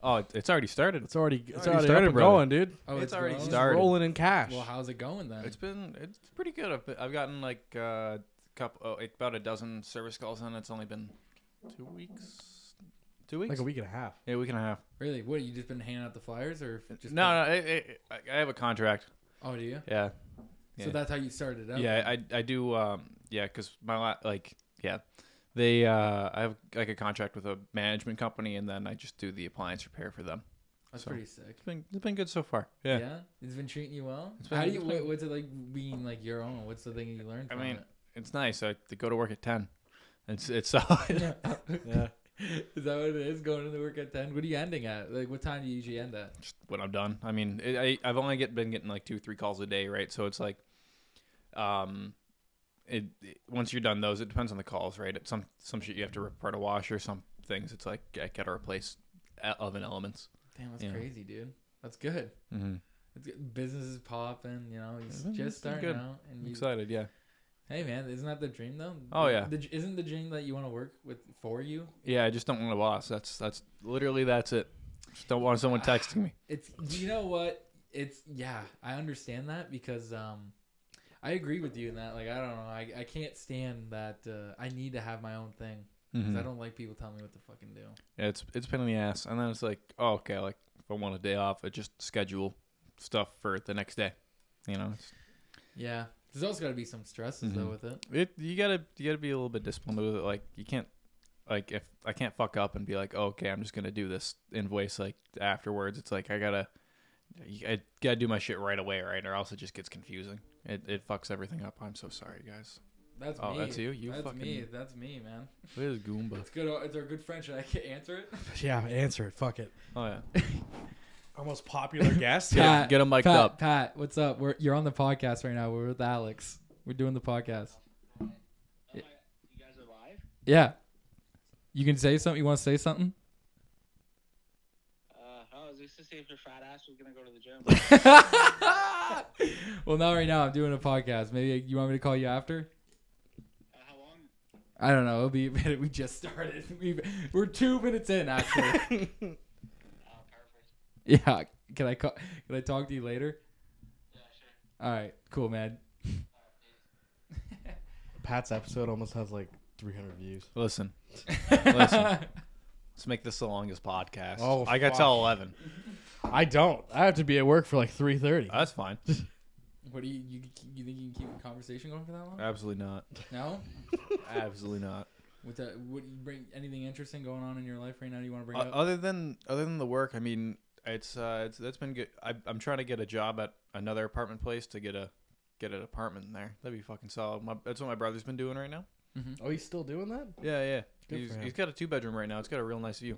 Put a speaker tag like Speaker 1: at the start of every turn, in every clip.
Speaker 1: Oh, it's already started.
Speaker 2: It's already it's
Speaker 1: Already
Speaker 2: already,
Speaker 1: started,
Speaker 2: up and
Speaker 1: brother.
Speaker 2: going, dude.
Speaker 3: Oh,
Speaker 1: It's already
Speaker 3: rolling?
Speaker 1: started.
Speaker 2: Rolling in cash.
Speaker 3: Well, how's it going then?
Speaker 1: It's been it's pretty good. I've, been, I've gotten like uh, couple oh, like about a dozen service calls and it's only been two weeks. Two weeks?
Speaker 2: like a week and a half.
Speaker 1: Yeah, week and a half.
Speaker 3: really? What? You just been handing out the flyers, or f- just
Speaker 1: no, no, it, it, I I have a contract.
Speaker 3: Oh, do you?
Speaker 1: Yeah, Yeah.
Speaker 3: So that's how you started out.
Speaker 1: yeah, I I do. Um, yeah, because my la- like yeah, they uh, I have like a contract with a management company and then I just do the appliance repair for them.
Speaker 3: that's
Speaker 1: so-
Speaker 3: pretty sick.
Speaker 1: It's been it's been good so far.
Speaker 3: Yeah. it's been treating you well.
Speaker 1: It's been-
Speaker 3: How do you?
Speaker 1: it's been-
Speaker 3: What, what's it like being like your own? What's the thing you learned?
Speaker 1: I
Speaker 3: From
Speaker 1: mean,
Speaker 3: it?
Speaker 1: it's nice. I to go to work at ten. It's it's so
Speaker 2: Yeah.
Speaker 3: is that what it is? Going to work at ten. What are you ending at? Like, what time do you usually end at?
Speaker 1: just when I'm done. I mean, it, I I've only get been getting like two three calls a day, right? So it's like, um, it, it- once you're done those, it depends on the calls, right? It's some some shit you have to repair to wash or some things. It's like I gotta replace e- oven elements.
Speaker 3: Damn, that's
Speaker 1: Yeah.
Speaker 3: crazy, dude. That's good.
Speaker 1: Mm-hmm.
Speaker 3: It's good. Business is popping. You know,
Speaker 1: It's
Speaker 3: you're
Speaker 1: been-
Speaker 3: just
Speaker 1: it's been
Speaker 3: starting
Speaker 1: good.
Speaker 3: out, and you
Speaker 1: excited, yeah,
Speaker 3: Hey man, isn't that the dream though?
Speaker 1: Oh,
Speaker 3: The-
Speaker 1: yeah.
Speaker 3: the- isn't the dream that you want to work with for you?
Speaker 1: yeah. I just don't want a boss. That's that's literally that's it. Just don't want someone texting me.
Speaker 3: It's you know what? It's yeah, I understand that because um, I agree with you in that. Like I don't know, I, I can't stand that. Uh, I need to have my own thing because I
Speaker 1: Mhm.
Speaker 3: don't like people telling me what to fucking do.
Speaker 1: Yeah, it's it's a pain in the ass, and then it's like, oh, okay, like if I want a day off, I just schedule stuff for the next day. You know, it's,
Speaker 3: Yeah, there's also got to be some stresses though
Speaker 1: Mhm.
Speaker 3: with it.
Speaker 1: It you gotta you gotta be a little bit disciplined with it. Like you can't like if I can't fuck up and be like, oh, okay, I'm just gonna do this invoice like afterwards. It's like I gotta I gotta do my shit right away, right? Or else it just gets confusing. It it fucks everything up. I'm so sorry, guys.
Speaker 3: That's
Speaker 1: Oh,
Speaker 3: me.
Speaker 1: that's you? You
Speaker 3: that's
Speaker 1: fucking-
Speaker 3: me. That's me, man.
Speaker 1: Where's Goomba?
Speaker 3: It's good. It's our good friend. Should I get- answer it?
Speaker 2: yeah, answer it. Fuck it.
Speaker 1: Oh yeah,
Speaker 2: Our most popular guest.
Speaker 1: Get 'em- Pat, get 'em mic'd
Speaker 3: Pat,
Speaker 1: up.
Speaker 3: Pat, what's up? We're you're on the podcast right now. We're with Alex. We're doing the podcast.
Speaker 4: Oh my, you guys are live?
Speaker 3: Yeah. You can say something. You want to say something?
Speaker 4: Uh, oh, I was just to say if your fat ass was gonna go to the gym.
Speaker 3: well, not right now. I'm doing a podcast. Maybe you want me to call you after?
Speaker 4: Uh, how long?
Speaker 3: I don't know. It'll be a minute. We just started. We've, we're two minutes in, actually.
Speaker 4: Oh, perfect.
Speaker 3: yeah. Can I call? Can I talk to you later?
Speaker 4: Yeah, sure.
Speaker 3: All right. Cool, man.
Speaker 2: Pat's episode almost has like 300 views.
Speaker 1: Listen, Listen. let's make this the longest podcast.
Speaker 2: Oh,
Speaker 1: I got
Speaker 2: fuck.
Speaker 1: till eleven.
Speaker 2: I don't. I have to be at work for like 3:30.
Speaker 1: That's fine.
Speaker 3: what do you, you you think you can keep a conversation going for that long?
Speaker 1: Absolutely not.
Speaker 3: No.
Speaker 1: Absolutely not.
Speaker 3: With that, would you bring anything interesting going on in your life right now? You want to bring
Speaker 1: O-
Speaker 3: up?
Speaker 1: other than other than the work, I mean, it's uh, it's that's been good. I, I'm trying to get a job at another apartment place to get a get an apartment in there. That'd be fucking solid. My, that's what my brother's been doing right now.
Speaker 2: Oh, he's still doing that?
Speaker 1: Yeah, yeah.
Speaker 2: Good
Speaker 1: he's,
Speaker 2: for him.
Speaker 1: he's got a two bedroom right now. It's got a real nice view,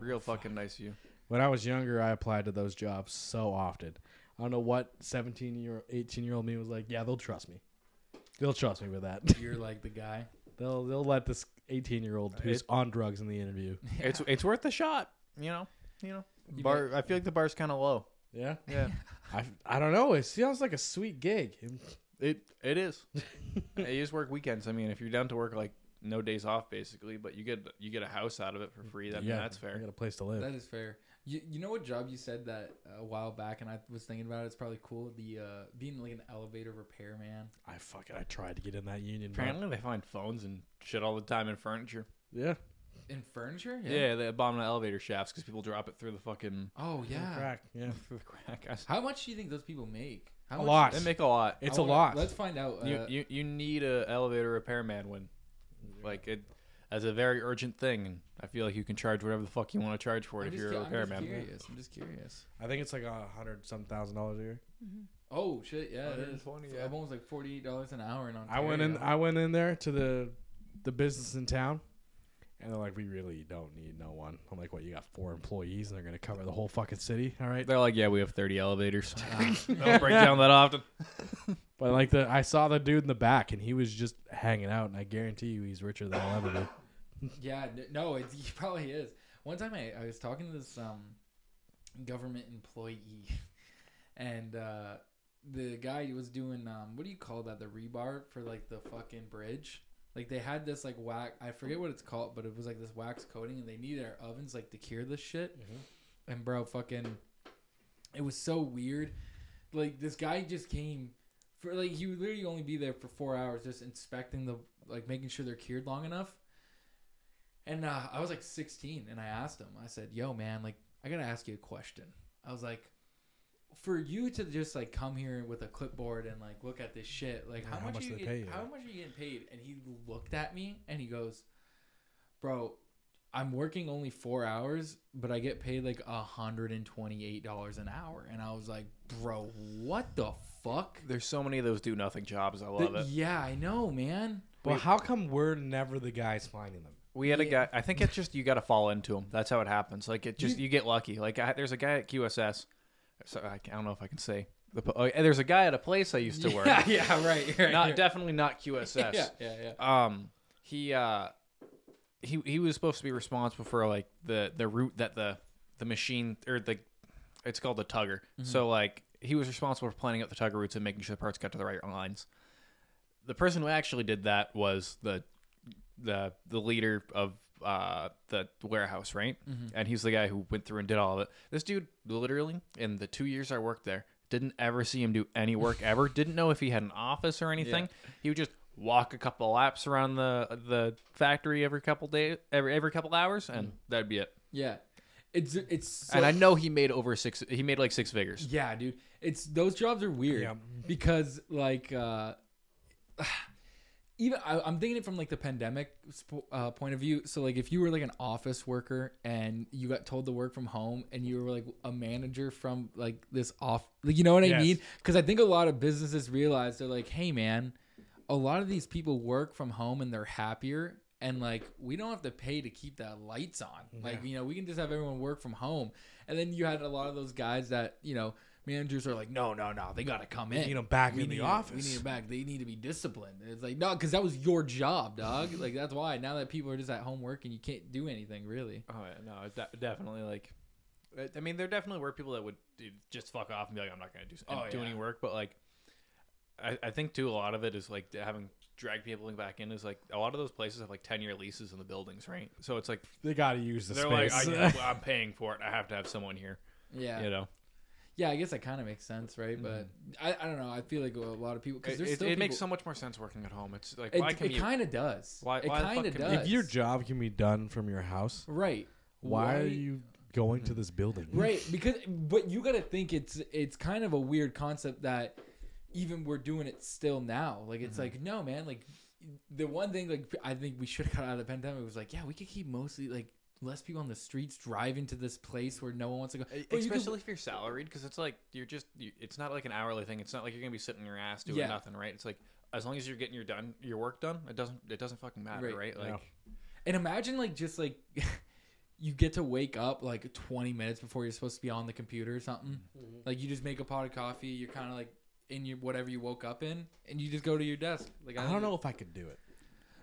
Speaker 1: real fucking nice view.
Speaker 2: When I was younger, I applied to those jobs so often. I don't know what 17 year 18 year old me was like, "Yeah, they'll trust me. They'll trust me with that.
Speaker 3: You're like the guy.
Speaker 2: they'll they'll let this 18 year old who's on drugs in the interview."
Speaker 1: It's it's worth a shot. You know, you know.
Speaker 3: You
Speaker 1: bar, I feel like the bar's kind of low.
Speaker 2: Yeah.
Speaker 1: Yeah,
Speaker 2: I I don't know. It sounds like a sweet gig.
Speaker 1: it it is. I just work weekends. I mean, if you're down to work like no days off basically, but you get you get a house out of it for free. That, that's
Speaker 2: I
Speaker 1: fair.
Speaker 2: got a place to live.
Speaker 3: That is fair. You, you know what job you said that uh, a while back, and I was thinking about it. It's probably cool. The uh, being like an elevator repairman.
Speaker 2: I fucking I tried to get in that union. but-
Speaker 1: Apparently, they find phones and shit all the time in furniture.
Speaker 2: Yeah.
Speaker 3: in furniture.
Speaker 1: Yeah, they bomb the elevator shafts because people drop it through the fucking
Speaker 3: Oh yeah.
Speaker 2: Crack. Yeah.
Speaker 1: through the crack. I s-
Speaker 3: How much do you think those people make? How
Speaker 2: A
Speaker 3: much-
Speaker 2: lot.
Speaker 1: They make a lot.
Speaker 2: It's
Speaker 3: I
Speaker 2: a
Speaker 3: wanna-
Speaker 2: lot.
Speaker 3: Let's find out. Uh,
Speaker 1: You, you you need a elevator repairman when, like it, as a very urgent thing. And I feel like you can charge whatever the fuck you want to charge for it if
Speaker 3: I'm just
Speaker 1: you're
Speaker 3: cu-
Speaker 1: a
Speaker 3: I'm
Speaker 1: repairman.
Speaker 3: just curious. I'm just curious.
Speaker 2: I think it's like a hundred some thousand dollars a year.
Speaker 3: Oh shit! Yeah, it is.
Speaker 1: 120,
Speaker 3: Yeah.
Speaker 1: yeah.
Speaker 3: That one was like forty-eight dollars an hour in Ontario.
Speaker 2: I went in. I went in there to the the business in town, and they're like, "We really don't need no one." I'm like, "What? You got four employees, and they're gonna cover the whole fucking city? All right."
Speaker 1: They're like, yeah, we have 30 elevators. Don't break down that often.
Speaker 2: But like the, I saw the dude in the back, and he was just hanging out, and I guarantee you, he's richer than I'll ever be.
Speaker 1: Mm-hmm.
Speaker 3: Yeah, n- no, it, he probably is. One time I, I was talking to this um, government employee, and uh, the guy was doing um, what do you call that? The rebar for like the fucking bridge. Like they had this like wax. I forget what it's called, but it was like this wax coating, and they needed our ovens like to cure this shit. And bro, fucking, it was so weird. Like this guy just came for like he would literally only be there for four hours, just inspecting the like making sure they're cured long enough. And uh, I was like 16, and I asked him. I said, "Yo, man, like I gotta ask you a question." I was like, "For you to just like come here with a clipboard and like look at this shit, like
Speaker 2: Yeah,
Speaker 3: how, much, are you
Speaker 2: they
Speaker 3: getting-
Speaker 2: pay you?
Speaker 3: how much are you getting paid?" And he looked at me and he goes, "Bro, I'm working only four hours, but I get paid like hundred and twenty eight dollars an hour. And I was like, bro, what the fuck?
Speaker 1: There's so many of those do nothing jobs. I love
Speaker 3: Th-
Speaker 1: it.
Speaker 3: Yeah, I know, man.
Speaker 2: Well,
Speaker 1: Wait.
Speaker 2: how come we're never the guys finding them?
Speaker 1: We had a
Speaker 3: Yeah.
Speaker 1: guy. I think it's just you got to fall into him. That's how it happens. Like it just you, get lucky. Like I, there's a guy at QSS. So I, I don't know if I can say. The, po- oh, there's a guy at a place I used to work.
Speaker 3: Yeah, yeah, right. right
Speaker 1: Not
Speaker 3: right.
Speaker 1: definitely not QSS.
Speaker 3: Yeah, yeah, yeah.
Speaker 1: um he uh he he was supposed to be responsible for like the the route that the the machine or the it's called the tugger
Speaker 3: Mm-hmm.
Speaker 1: so like he was responsible for planning out the tugger routes and making sure the parts got to the right lines the person who actually did that was the the the leader of uh the warehouse right and he's the guy who went through and did all of it this dude literally in the two years i worked there didn't ever see him do any work ever didn't know if he had an office or anything he would just walk a couple laps around the the factory every couple days every every couple hours and that'd be it
Speaker 3: Yeah. It's it's so,
Speaker 1: and i know he made over six he made like six figures
Speaker 3: Yeah, dude. It's those jobs are weird
Speaker 2: Yeah.
Speaker 3: because like uh even I, I'm thinking it from like the pandemic sp- uh, point of view. So like if you were like an office worker and you got told to work from home and you were like a manager from like this off, like you know what I
Speaker 2: Yes.
Speaker 3: mean? Because I think a lot of businesses realize they're like, hey man, a lot of these people work from home and they're happier and like we don't have to pay to keep the lights on like you know we can just have everyone work from home and then you had a lot of those guys that you know managers are like no no no they gotta come in
Speaker 2: need 'em back
Speaker 3: We
Speaker 2: in the
Speaker 3: need- we
Speaker 2: office."
Speaker 3: need them back they need to be disciplined And it's like no because that was your job dog like that's why now that people are just at home working you can't do anything really
Speaker 1: oh yeah, no it's de- definitely like I- i mean there definitely were people that would do- just fuck off and be like i'm not gonna do,
Speaker 3: Oh,
Speaker 1: do
Speaker 3: yeah.
Speaker 1: any work but like I, I think too a lot of it is like having drag people back in is like a lot of those places have like 10 year leases in the buildings right so it's like
Speaker 2: They got to use the
Speaker 1: they're
Speaker 2: space.
Speaker 1: like I, i'm paying for it i have to have someone here
Speaker 3: yeah
Speaker 1: you know
Speaker 3: yeah i guess that kind of makes sense right but I, I don't know i feel like a lot of people because
Speaker 1: Mm-hmm. It,
Speaker 3: there's
Speaker 1: it,
Speaker 3: still
Speaker 1: it makes so
Speaker 3: people-
Speaker 1: much more sense working at home. It's like
Speaker 3: it,
Speaker 1: why can
Speaker 3: it
Speaker 1: you?
Speaker 3: kind of does
Speaker 1: Why-
Speaker 3: it
Speaker 1: why the fuck
Speaker 3: kind of
Speaker 1: can
Speaker 3: does
Speaker 1: people-
Speaker 2: if your job can be done from your house,
Speaker 3: right
Speaker 2: why are you going to this building?
Speaker 3: right because but you gotta think it's it's kind of a weird concept that even we're doing it still now like
Speaker 2: Mm-hmm.
Speaker 3: it's like no man like the one thing like i think we should have got out of the pandemic was like yeah we could keep mostly like less people on the streets driving to this place where no one wants to go But you could-
Speaker 1: E, especially if you're salaried, because it's like you're just. You, it's not like an hourly thing. It's not like you're gonna be sitting your ass doing
Speaker 3: Yeah.
Speaker 1: nothing, right? It's like as long as you're getting your done your work done, it doesn't it doesn't fucking matter,
Speaker 3: Right.
Speaker 1: right? Like
Speaker 2: Yeah.
Speaker 3: and imagine like just like you get to wake up like 20 minutes before you're supposed to be on the computer or something
Speaker 2: Mm-hmm.
Speaker 3: like you just make a pot of coffee you're kind of like in your whatever you woke up in and you just go to your desk like
Speaker 2: I don't know if I could do it.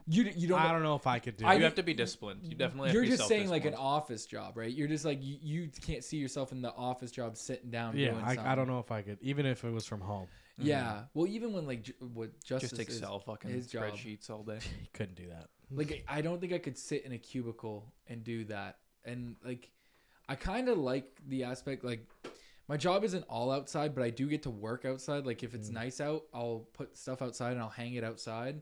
Speaker 3: you you don't
Speaker 2: I don't know if I could do
Speaker 3: I
Speaker 1: you
Speaker 2: it.
Speaker 1: have to be disciplined. You definitely.
Speaker 3: you're
Speaker 1: have to be
Speaker 3: just saying like an
Speaker 1: self-disciplined.
Speaker 3: office job, right? You're just like you, you can't see yourself in the office job sitting down.
Speaker 2: Yeah,
Speaker 3: doing something.
Speaker 2: I, I don't know if I could, even if it was from home.
Speaker 3: Yeah, well, even when like ju- what justice
Speaker 1: just
Speaker 3: is,
Speaker 1: Excel fucking
Speaker 3: his job.
Speaker 1: spreadsheets all day.
Speaker 2: You couldn't do that.
Speaker 3: like I don't think I could sit in a cubicle and do that. And like, I kind of like the aspect like my job isn't all outside, but I do get to work outside. Like if
Speaker 2: Mm.
Speaker 3: it's nice out, I'll put stuff outside and I'll hang it outside.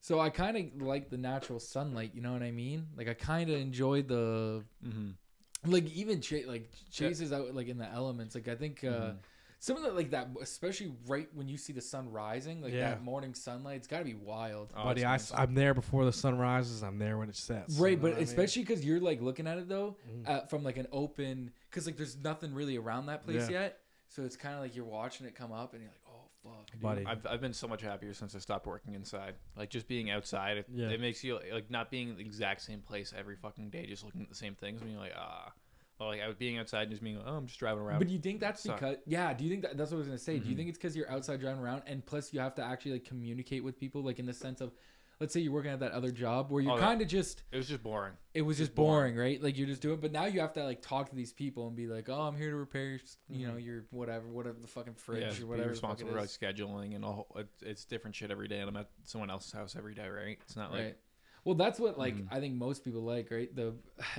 Speaker 3: So I kind of like the natural sunlight. You know what I mean? Like I kind of enjoy the
Speaker 1: Mm-hmm.
Speaker 3: like even cha- like chases out like in the elements like i think uh
Speaker 2: Mm-hmm.
Speaker 3: some of the like that especially right when you see the sun rising like
Speaker 2: Yeah. Oh,
Speaker 3: that morning sunlight it's got to be wild
Speaker 2: Buddy, I, am there before the sun rises. I'm there when it sets.
Speaker 3: right
Speaker 2: You know
Speaker 3: but
Speaker 2: what I mean? Mm-hmm.
Speaker 3: especially because you're like looking at it though uh, from like an open because like there's nothing really around that place
Speaker 2: Yeah.
Speaker 3: yet so it's kind of like you're watching it come up and you're like oh fuck dude."
Speaker 2: Buddy.
Speaker 1: I've, I've been so much happier since I stopped working inside. Like just being outside, it,
Speaker 2: Yeah.
Speaker 1: it makes you like not being in the exact same place every fucking day, just looking at the same things. And you're like, ah, well, like I was being outside and just being, like, oh, I'm just driving around.
Speaker 3: but do you think that's
Speaker 1: Suck.
Speaker 3: because yeah do you think that, that's what i was gonna say do
Speaker 2: Mm-hmm.
Speaker 3: you think it's because you're outside driving around and plus you have to actually like communicate with people like in the sense of let's say you're working at that other job where
Speaker 1: Oh,
Speaker 3: you're
Speaker 1: that-
Speaker 3: kind of just
Speaker 1: it was just boring.
Speaker 3: it was just boring, right? Like you're just doing, but now you have to like talk to these people and be like, "Oh, I'm here to repair, your, s- you know, your whatever, whatever the fucking fridge
Speaker 1: Mm-hmm. Yeah,
Speaker 3: or
Speaker 1: be
Speaker 3: whatever." the fuck
Speaker 1: responsible
Speaker 3: it
Speaker 1: for like
Speaker 3: is."
Speaker 1: scheduling and all. It, it's different shit every day, and I'm at someone else's house every day, right? It's not like Mm-hmm.
Speaker 3: right. Well, that's what like I think most people like, right? The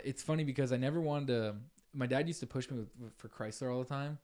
Speaker 3: it's funny because I never wanted to my dad used to push me with, with- for Chrysler all the time,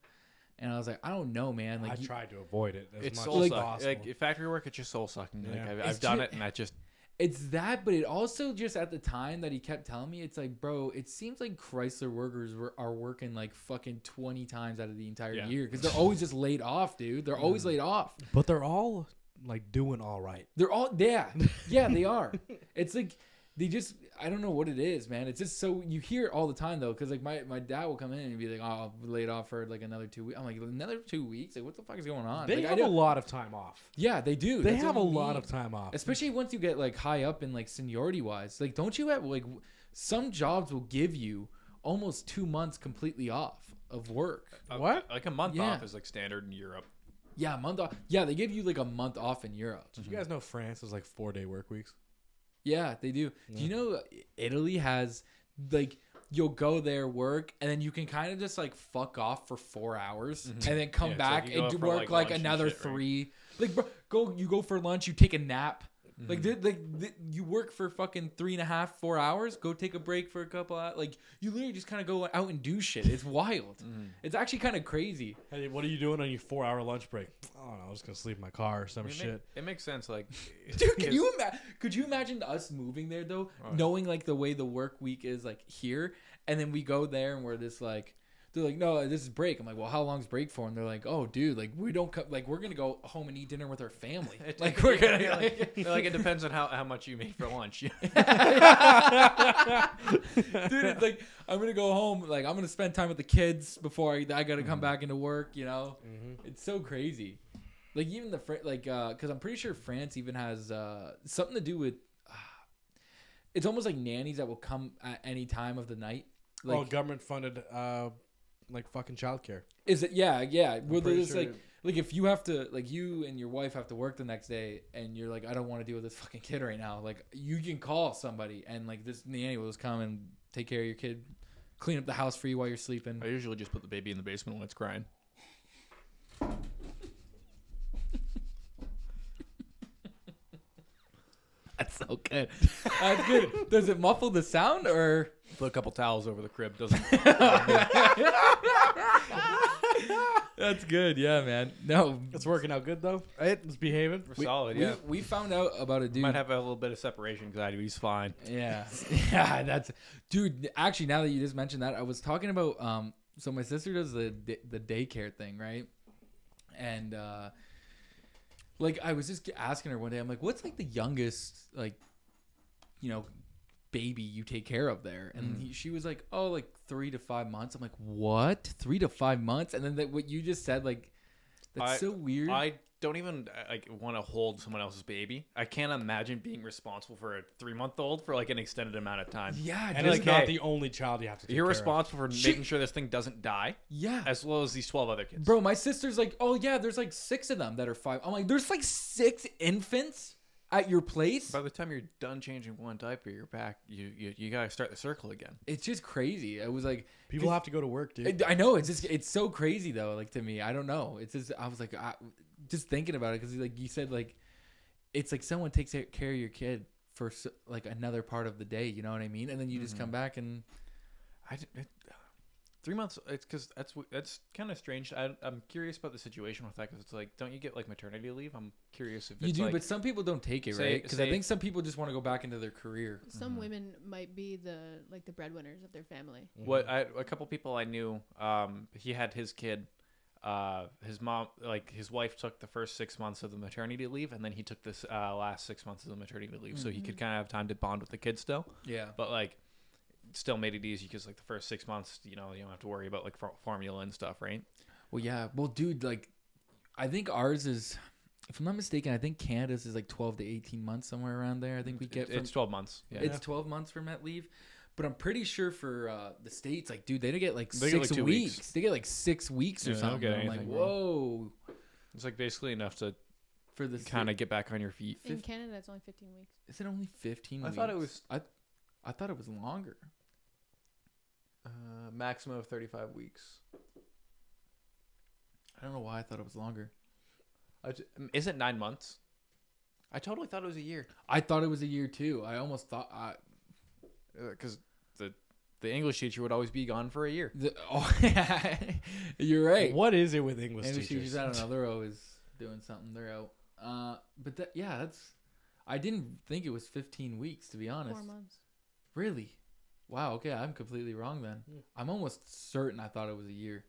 Speaker 3: and I was like, I don't know, man. Like,
Speaker 2: I
Speaker 3: you-
Speaker 2: tried to avoid it as
Speaker 1: it's
Speaker 2: much
Speaker 1: soul
Speaker 2: as
Speaker 1: like,
Speaker 2: possible.
Speaker 1: like if factory work. It's just soul sucking. Like
Speaker 2: Yeah.
Speaker 1: I've,
Speaker 3: It's
Speaker 1: I've done
Speaker 3: ju-
Speaker 1: it, and that just
Speaker 3: it's that, but it also just at the time that he kept telling me, it's like, bro, it seems like Chrysler workers were, are working like fucking twenty times out of the entire year
Speaker 1: Yeah.
Speaker 3: year because they're always just laid off, dude. They're always laid off.
Speaker 2: but they're all like doing all right.
Speaker 3: They're all yeah, yeah, they are. It's like they just I don't know what it is, man. It's just so you hear it all the time though, because like my my dad will come in and be like, "Oh, I'll be laid off for like another two weeks." I'm like, another two weeks? Like, what the fuck is going on?
Speaker 2: They
Speaker 3: Like, I
Speaker 2: have a
Speaker 3: don't-
Speaker 2: lot of time off.
Speaker 3: yeah, they do.
Speaker 2: They
Speaker 3: That's
Speaker 2: have a
Speaker 3: what I
Speaker 2: lot
Speaker 3: mean.
Speaker 2: of time off.
Speaker 3: especially once you get like high up in like seniority wise. Like, don't you have like w- some jobs will give you almost two months completely off of work?
Speaker 2: What?
Speaker 1: like a month
Speaker 3: Yeah.
Speaker 1: off is like standard in Europe.
Speaker 3: Yeah, a month off. Yeah, they give you like a month off in Europe.
Speaker 2: Did you guys know France is like four day work weeks?
Speaker 3: Yeah, they do. Do you know Italy has like you'll go there work and then you can kind of just like fuck off for four hours and then come
Speaker 1: Mm-hmm. Yeah, it's like
Speaker 3: back
Speaker 1: you go
Speaker 3: and do
Speaker 1: out for,
Speaker 3: work
Speaker 1: like,
Speaker 3: like,
Speaker 1: lunch and
Speaker 3: another
Speaker 1: shit, right?
Speaker 3: three. Like bro, go you go for lunch, you take a nap.
Speaker 2: Mm-hmm.
Speaker 3: Like th-
Speaker 1: Mm-hmm.
Speaker 3: like th- you work for fucking three and a half four hours, go take a break for a couple hours. Like you literally just kind of go out and do shit. It's wild.
Speaker 1: Mm-hmm.
Speaker 3: It's actually kind of crazy.
Speaker 2: Hey, what are you doing on your four hour lunch break? I don't know. I'm just gonna sleep in my car or
Speaker 3: Oh,
Speaker 2: some
Speaker 1: I mean, it,
Speaker 2: shit.
Speaker 1: it makes sense. Like,
Speaker 3: Dude, can
Speaker 1: it's-
Speaker 3: you ima- could you imagine us moving there though,
Speaker 1: Oh,
Speaker 3: knowing like the way the work week is like here, and then we go there and we're just like, they're like, no, this is break. I'm like, well, how long's break for? And they're like, oh, dude, like we don't co- like we're gonna go home and eat dinner with our family.
Speaker 1: It-
Speaker 3: like we're
Speaker 1: yeah,
Speaker 3: gonna
Speaker 1: yeah,
Speaker 3: like,
Speaker 1: like, like, it depends on how, how much you make for lunch.
Speaker 3: dude, it's like I'm gonna go home. Like I'm gonna spend time with the kids before I, I gotta come back into work. You know, it's so crazy. Like even the Fran- like because I'm pretty sure France even has uh, something to do with. uh, it's almost like nannies that will come at any time of the night. Like,
Speaker 2: oh, government funded, uh, like fucking childcare.
Speaker 3: is it? Yeah, yeah. Well, they're
Speaker 2: pretty
Speaker 3: just
Speaker 2: sure
Speaker 3: like,
Speaker 2: it-
Speaker 3: like if you have to, like you and your wife have to work the next day, and you're like, I don't want to deal with this fucking kid right now. Like, you can call somebody, and like this nanny will just come and take care of your kid, clean up the house for you while you're sleeping.
Speaker 1: I usually just put the baby in the basement when it's crying.
Speaker 3: That's so good. That's good. Does it muffle the sound or?
Speaker 1: Put a couple towels over the crib. Doesn't.
Speaker 3: That's good. Yeah, man. No,
Speaker 2: It's working out good though. It's behaving.
Speaker 1: We're solid. Yeah.
Speaker 3: we, we found out about a dude.
Speaker 1: Might have a little bit of separation anxiety, but he's fine.
Speaker 3: Yeah. Yeah, that's dude, actually now that you just mentioned that, I was talking about um so my sister does the da- the daycare thing, right? And uh like I was just asking her one day, I'm like, "What's like the youngest like you know, baby you take care of there?" And
Speaker 1: Mm.
Speaker 3: he, she was like, "Oh, like 3 to 5 months." I'm like, "What? 3 to 5 months?" And then that what you just said like that's
Speaker 1: I-
Speaker 3: so weird.
Speaker 1: I don't even uh, like want to hold someone else's baby. I can't imagine being responsible for a three month old for like an extended amount of time.
Speaker 3: yeah,
Speaker 2: And
Speaker 3: dude.
Speaker 2: it's
Speaker 1: like,
Speaker 2: not
Speaker 1: hey,
Speaker 2: the only child you have to. Take
Speaker 1: You're
Speaker 2: care of.
Speaker 1: responsible for
Speaker 3: She-
Speaker 1: making sure this thing doesn't die,
Speaker 3: yeah.
Speaker 1: as well as these twelve other kids.
Speaker 3: Bro, my sister's like, oh yeah, there's like six of them that are five. I'm like, there's like six infants at your place.
Speaker 1: By the time you're done changing one diaper, you're back. You you, you gotta start the circle again.
Speaker 3: it's just crazy. I was like,
Speaker 2: People have to go to work, dude.
Speaker 3: I, I know it's just it's so crazy though. Like to me, I don't know. It's just I was like, I, just thinking about it because like you said, like it's like someone takes care of your kid for s- like another part of the day. You know what I mean? And then you
Speaker 1: Mm-hmm.
Speaker 3: just come back and
Speaker 1: I d- it, uh, three months. It's because that's w- that's kind of strange. I, I'm curious about the situation with that because it's like, don't you get like maternity leave? I'm curious if it's
Speaker 3: you do.
Speaker 1: like,
Speaker 3: but some people don't take it
Speaker 1: Say-
Speaker 3: right because I
Speaker 1: say-
Speaker 3: think some people just want to go back into their career.
Speaker 5: Some women might be the like the breadwinners of their family.
Speaker 1: what I, a couple people I knew. Um, he had his kid. Uh, his mom, like his wife, took the first six months of the maternity leave, and then he took this uh, last six months of the maternity leave, so he could kind of have time to bond with the kid still.
Speaker 3: Yeah.
Speaker 1: But like, still made it easy because like the first six months, you know, you don't have to worry about like for- formula and stuff, right?
Speaker 3: Well, yeah. Well, dude, like, I think ours is, if I'm not mistaken, I think Canada's is like 12 to 18 months, somewhere around there. I think we get
Speaker 1: It-
Speaker 3: from,
Speaker 1: it's twelve months. Yeah.
Speaker 3: it's 12 months for met leave. But I'm pretty sure for uh, the states, like, dude, they don't get like
Speaker 1: They get, like,
Speaker 3: six
Speaker 1: two
Speaker 3: weeks.
Speaker 1: weeks.
Speaker 3: They get like six weeks or
Speaker 1: Yeah, they don't
Speaker 3: something.
Speaker 1: get
Speaker 3: I'm like,
Speaker 1: anything,
Speaker 3: whoa,
Speaker 1: It's like basically enough to
Speaker 3: for this
Speaker 1: kind of get back on your feet.
Speaker 5: In
Speaker 3: Fif-
Speaker 5: Canada, it's only 15 weeks.
Speaker 3: Is it only 15?
Speaker 1: I thought it
Speaker 3: weeks? I, I thought it was longer.
Speaker 1: Uh, maximum of 35 weeks.
Speaker 3: I don't know why I thought it was longer.
Speaker 1: Is it nine months? I totally thought it was a year
Speaker 3: I thought it was a year too. I almost thought I.
Speaker 1: because Uh, the the English teacher would always be gone for a year.
Speaker 3: The, oh, yeah. You're right.
Speaker 2: What is it with English,
Speaker 3: English
Speaker 2: teachers?
Speaker 3: teachers, I don't know. They're always doing something. They're out. Uh, but that, yeah, that's. I didn't think it was 15 weeks, to be honest.
Speaker 5: Four months.
Speaker 3: Really? Wow. Okay, I'm completely wrong then.
Speaker 2: Yeah.
Speaker 3: I'm almost certain I thought it was a year.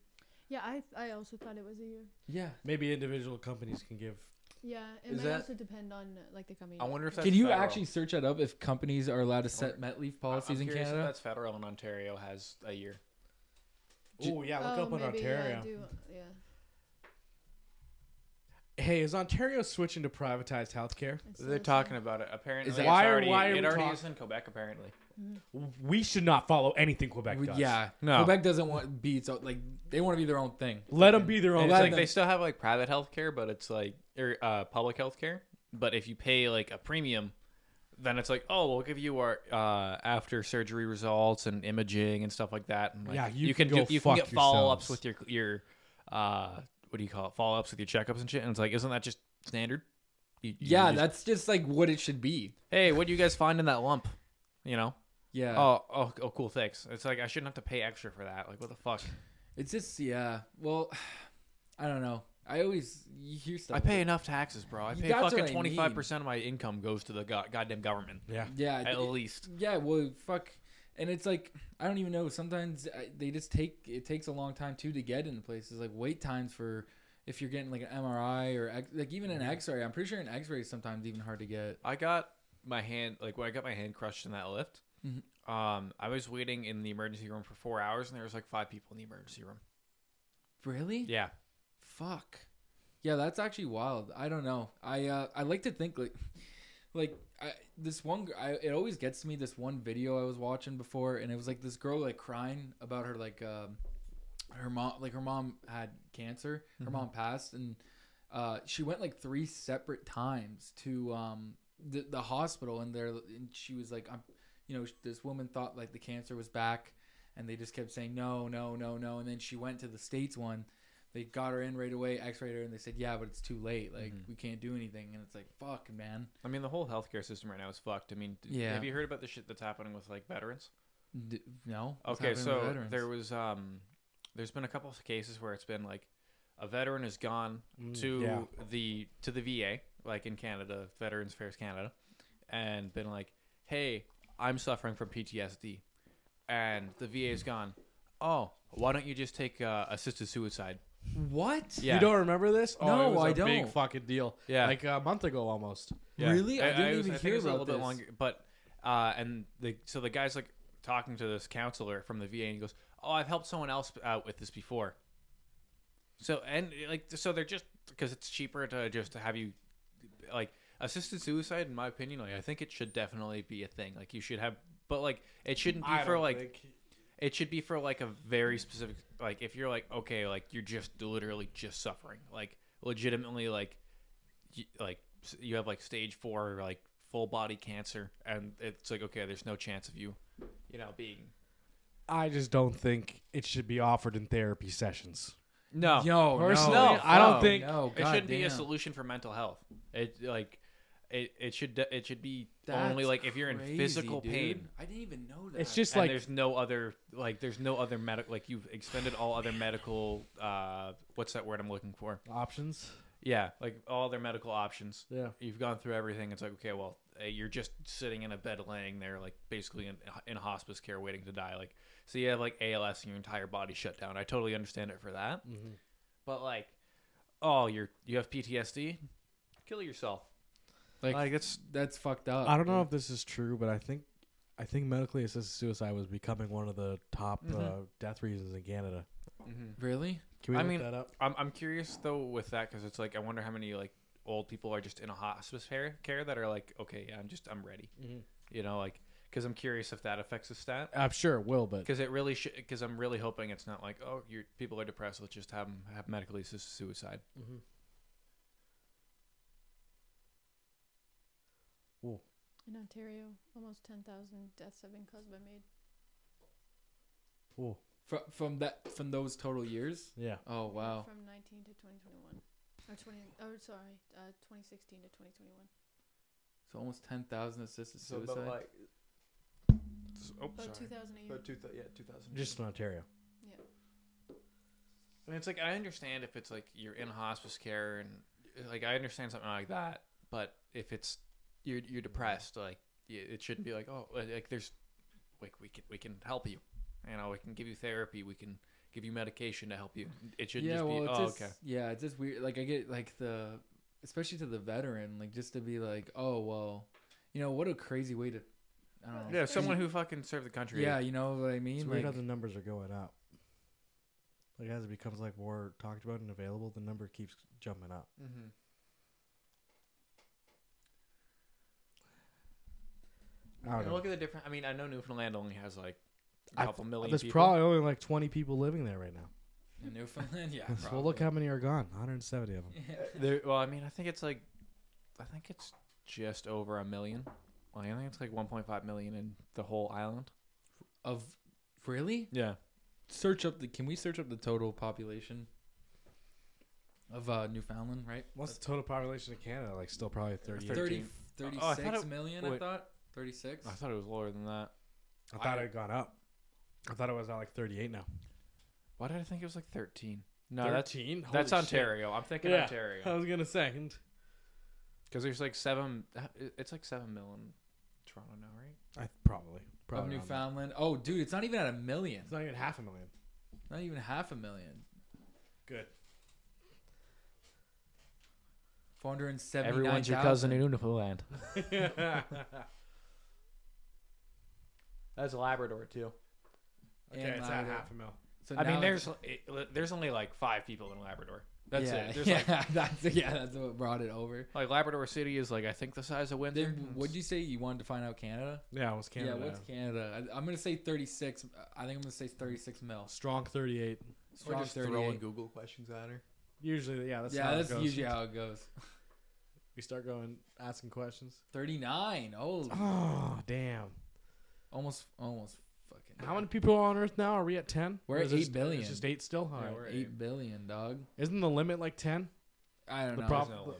Speaker 5: Yeah, I I also thought it was a year.
Speaker 3: Yeah.
Speaker 2: Maybe individual companies can give.
Speaker 5: Yeah, it
Speaker 3: Is
Speaker 5: might
Speaker 3: that-
Speaker 5: also depend on uh, like the company.
Speaker 1: I wonder if that's
Speaker 3: Can you
Speaker 1: federal.
Speaker 3: actually search that up if companies are allowed to set
Speaker 1: wonder-
Speaker 3: met leave
Speaker 1: I- I'm
Speaker 3: policies in
Speaker 1: curious if
Speaker 3: Canada?
Speaker 1: that's federal and Ontario has a year.
Speaker 2: Oh yeah, look
Speaker 5: oh,
Speaker 2: up on
Speaker 5: maybe,
Speaker 2: Ontario.
Speaker 5: Yeah, I do, yeah.
Speaker 2: Hey, is Ontario switching to privatized healthcare?
Speaker 5: I saw
Speaker 1: They're
Speaker 5: that.
Speaker 1: talking about it. Apparently,
Speaker 2: Is
Speaker 1: it's
Speaker 2: it- Why are-
Speaker 1: already,
Speaker 2: why are
Speaker 1: it
Speaker 2: we
Speaker 1: already
Speaker 2: talk-
Speaker 1: is in Quebec. Apparently,
Speaker 2: We should not follow anything Quebec
Speaker 3: We-
Speaker 2: does.
Speaker 3: Yeah.
Speaker 1: No.
Speaker 3: Quebec doesn't want beats. out- Like they want to be their own thing.
Speaker 2: Let them be their own.
Speaker 1: it's
Speaker 3: let
Speaker 2: thing.
Speaker 1: like
Speaker 3: them-
Speaker 1: they still have like private health care, but it's like or, uh, public health care. But if you pay like a premium, then it's like, oh, we'll give you our uh, after surgery results and imaging and stuff like that. And like,
Speaker 2: Yeah, you
Speaker 1: can
Speaker 2: can go
Speaker 1: do, you can
Speaker 2: fuck
Speaker 1: get follow ups
Speaker 2: yourselves.
Speaker 1: with your your uh, what do you call it? Follow ups with your checkups and shit. And it's like, isn't that just standard? You- you
Speaker 3: Yeah,
Speaker 1: just-
Speaker 3: that's just like what it should be.
Speaker 1: hey, what do you guys find in that lump? You know,
Speaker 3: Yeah.
Speaker 1: oh, oh, oh, cool, thanks. It's like I shouldn't have to pay extra for that. Like, what the fuck?
Speaker 3: It's just yeah. Well, I don't know. I always you hear stuff.
Speaker 1: I
Speaker 3: like
Speaker 1: pay
Speaker 3: that.
Speaker 1: enough taxes, bro. I
Speaker 3: You-
Speaker 1: pay
Speaker 3: that's what I
Speaker 1: fucking
Speaker 3: mean.
Speaker 1: twenty five percent of my income goes to the go- goddamn government.
Speaker 2: yeah.
Speaker 3: Yeah.
Speaker 1: At
Speaker 3: it-
Speaker 1: least
Speaker 3: yeah. Well, fuck. And it's like I don't even know. Sometimes I, they just take it takes a long time too to get into places. Like wait times for if you're getting like an MRI or X- like even an X-ray. I'm pretty sure an X-ray is sometimes even hard to get.
Speaker 1: I got my hand like when I got my hand crushed in that lift.
Speaker 3: Mhm.
Speaker 1: Um, I was waiting in the emergency room for four hours, and there was like five people in the emergency room.
Speaker 3: Really?
Speaker 1: Yeah,
Speaker 3: Fuck. Yeah, that's actually wild. I don't know. I uh, I like to think like like I, this one. gr- I, it always gets to me this one video I was watching before, and it was like this girl like crying about her like um her mom like her mom had cancer. Her mom passed, and uh, she went like three separate times to um the the hospital, and there and she was like I'm. You know, this woman thought like the cancer was back, and they just kept saying no, no, no, no. And then she went to the states one, they got her in right away, x-rayed her, and they said, "Yeah, but it's too late. Like
Speaker 1: Mm-hmm.
Speaker 3: we can't do anything." And it's like, "Fuck, man."
Speaker 1: I mean the whole healthcare system right now is fucked. I mean, d-
Speaker 3: Yeah.
Speaker 1: have you heard about the shit that's happening with like veterans?
Speaker 3: D- no. What's
Speaker 1: Okay,
Speaker 3: happening with
Speaker 1: so
Speaker 3: veterans?
Speaker 1: there was um, there's been a couple of cases where it's been like a veteran has gone to
Speaker 2: yeah.
Speaker 1: the to the VA, like in Canada, Veterans Affairs Canada, and been like, "Hey, I'm suffering from PTSD," and the VA's gone, "Oh, why don't you just take uh, assisted suicide?"
Speaker 3: what?
Speaker 1: Yeah,
Speaker 2: You don't remember this? Oh,
Speaker 3: No,
Speaker 2: it was
Speaker 3: I
Speaker 2: a Big
Speaker 3: don't.
Speaker 2: fucking deal.
Speaker 1: Yeah.
Speaker 2: Like a month ago, almost.
Speaker 1: Yeah.
Speaker 3: Really? I didn't
Speaker 1: it
Speaker 3: even
Speaker 1: think
Speaker 3: hear
Speaker 1: it was
Speaker 3: about
Speaker 1: a little
Speaker 3: this.
Speaker 1: bit longer. But uh, and the so the guy's like talking to this counselor from the VA and he goes, "Oh, I've helped someone else out with this before." So and like so they're just because it's cheaper to just to have you like assisted suicide in my opinion like I think it should definitely be a thing like you should have but like it shouldn't be for like it should be for like a very specific like if you're like okay like you're just literally just suffering like legitimately like you, like s- you have like stage 4 like full body cancer and it's like okay there's no chance of you you know being
Speaker 2: I just don't think it should be offered in therapy sessions.
Speaker 1: no
Speaker 3: Yo,
Speaker 2: Personally,
Speaker 3: Oh, no,
Speaker 2: I don't
Speaker 3: no,
Speaker 2: think-
Speaker 3: no,
Speaker 1: it shouldn't be a
Speaker 3: goddamn.
Speaker 1: solution for mental health it like it, it should de- it should be
Speaker 3: That's
Speaker 1: only like if you're in
Speaker 3: crazy,
Speaker 1: physical
Speaker 3: dude.
Speaker 1: pain
Speaker 3: I didn't even know that.
Speaker 2: It's just
Speaker 1: and
Speaker 2: like
Speaker 1: there's no other like there's no other medical like you've expended all other medical uh what's that word I'm looking for
Speaker 2: options.
Speaker 1: Yeah, like all their medical options.
Speaker 2: Yeah.
Speaker 1: You've gone through everything. It's like, okay, well, uh, you're just sitting in a bed, laying there, like basically in, in hospice care, waiting to die. Like, so you have like ALS and your entire body shut down. I totally understand it for that. But like, oh, you're you have PTSD, kill yourself.
Speaker 3: like,
Speaker 1: Like it's
Speaker 3: that's fucked up.
Speaker 2: I don't know
Speaker 3: dude.
Speaker 2: if this is true, but I think I think medically assisted suicide was becoming one of the top
Speaker 1: Mm-hmm.
Speaker 2: uh, death reasons in Canada.
Speaker 3: Really?
Speaker 2: Can we
Speaker 1: I
Speaker 2: look
Speaker 1: mean-
Speaker 2: that up?
Speaker 1: I'm I'm curious though with that because it's like I wonder how many like old people are just in a hospice care care that are like, okay, yeah, I'm just I'm ready. You know, like because I'm curious if that affects the stat.
Speaker 2: I'm sure it will, but
Speaker 1: because it really should because i'm really hoping it's not like oh your people are depressed let's just have them have medically assisted suicide
Speaker 5: In Ontario, almost 10,000 deaths have been caused by MAID.
Speaker 2: Ooh,
Speaker 3: From, from that from those total years?
Speaker 2: yeah.
Speaker 3: Oh wow.
Speaker 5: From 19 to 2021. Or 20, oh, sorry, uh, 2016 to 2021.
Speaker 3: So almost ten thousand assisted
Speaker 1: so
Speaker 3: suicide.
Speaker 1: but like Oh,
Speaker 5: About
Speaker 1: sorry.
Speaker 5: 2,000 a year.
Speaker 1: About two thou- yeah, two thousand.
Speaker 2: Just in Ontario.
Speaker 1: And it's like I understand if it's like you're in hospice care and like I understand something like that, but if it's you're you're depressed, like y- it shouldn't be like oh like like, there's like we can we can help you, you know we can give you therapy, we can give you medication to help you. It shouldn't
Speaker 3: yeah,
Speaker 1: just
Speaker 3: well,
Speaker 1: be
Speaker 3: it's
Speaker 1: oh
Speaker 3: just,
Speaker 1: okay.
Speaker 3: Yeah, it's just weird. Like I get like the, especially to the veteran, like just to be like, oh well, you know what a crazy way to, I don't know.
Speaker 1: Yeah, someone who fucking served the country.
Speaker 3: Yeah, you know what I mean.
Speaker 2: It's weird
Speaker 3: like,
Speaker 2: how the numbers are going up. Like as it becomes like more talked about and available, the number keeps jumping up.
Speaker 1: Mm-hmm.
Speaker 2: I don't
Speaker 1: And
Speaker 2: know.
Speaker 1: look at the different. I mean, I know Newfoundland only has like a
Speaker 2: I-
Speaker 1: couple million.
Speaker 2: There's
Speaker 1: people.
Speaker 2: probably only like 20 people living there right now.
Speaker 3: in Newfoundland, yeah.
Speaker 2: well, look how many are gone. 170 of them.
Speaker 1: There, well, I mean, I think it's like, I think it's just over a million. Like, I think it's like 1.5 million in the whole island.
Speaker 3: of really
Speaker 1: Yeah.
Speaker 3: search up the. Can we search up the total population of uh, Newfoundland? Right,
Speaker 2: What's the total population of Canada? Like still probably 30.
Speaker 1: 30.
Speaker 3: 30,
Speaker 1: Oh, I thought
Speaker 3: 36
Speaker 1: it-
Speaker 3: million, I
Speaker 1: wait.
Speaker 3: thought. 36?
Speaker 1: I thought it was lower than that.
Speaker 2: I thought it had gone up. I thought it was at like 38 now.
Speaker 1: Why did I think it was like 13? No, that's
Speaker 2: 13?
Speaker 1: that's Ontario. I'm thinking
Speaker 2: Yeah. I
Speaker 1: Ontario
Speaker 2: was gonna second.
Speaker 1: because there's like seven. It's like seven million. Toronto now, right?
Speaker 2: I probably
Speaker 3: of
Speaker 2: probably around there.
Speaker 3: Newfoundland. Oh, dude, it's not even at a million.
Speaker 2: It's not even half a million.
Speaker 3: Not even half a million.
Speaker 2: Good.
Speaker 3: 479,000.
Speaker 1: Newfoundland. That's Labrador too.
Speaker 2: Okay,
Speaker 3: And
Speaker 2: it's
Speaker 1: uh,
Speaker 2: at
Speaker 3: Labrador.
Speaker 2: half a mil.
Speaker 3: So
Speaker 1: I
Speaker 3: now
Speaker 1: mean,
Speaker 3: it's-
Speaker 1: there's it, there's only like five people in Labrador. That's
Speaker 3: yeah,
Speaker 1: it. There's
Speaker 3: yeah,
Speaker 1: like
Speaker 3: that's, yeah, that's what brought it over.
Speaker 1: Like Labrador City is like I think the size of Windsor.
Speaker 3: Then what'd you say you wanted to find out Canada?
Speaker 2: Yeah, it was Canada.
Speaker 3: Yeah, what's Canada? I, I'm gonna say 36. I think I'm gonna say 36 mil.
Speaker 2: Strong 38.
Speaker 3: Strong 38.
Speaker 1: Google questions at her.
Speaker 2: Usually, yeah, that's
Speaker 3: yeah,
Speaker 2: how
Speaker 3: that's
Speaker 2: it goes.
Speaker 3: usually how it goes.
Speaker 2: we start going asking questions.
Speaker 3: 39. Oh,
Speaker 2: Oh, damn!
Speaker 3: almost, almost fucking.
Speaker 2: How many people on Earth now? Are we at ten?
Speaker 3: We're
Speaker 2: Or
Speaker 3: at
Speaker 2: is it
Speaker 3: eight
Speaker 2: just-
Speaker 3: billion.
Speaker 2: It's just eight still. All
Speaker 1: Yeah,
Speaker 2: right.
Speaker 1: we're-
Speaker 3: Eight billion, dog.
Speaker 2: Isn't the limit like ten?
Speaker 3: I don't
Speaker 2: The
Speaker 3: know.
Speaker 2: prob- no limit.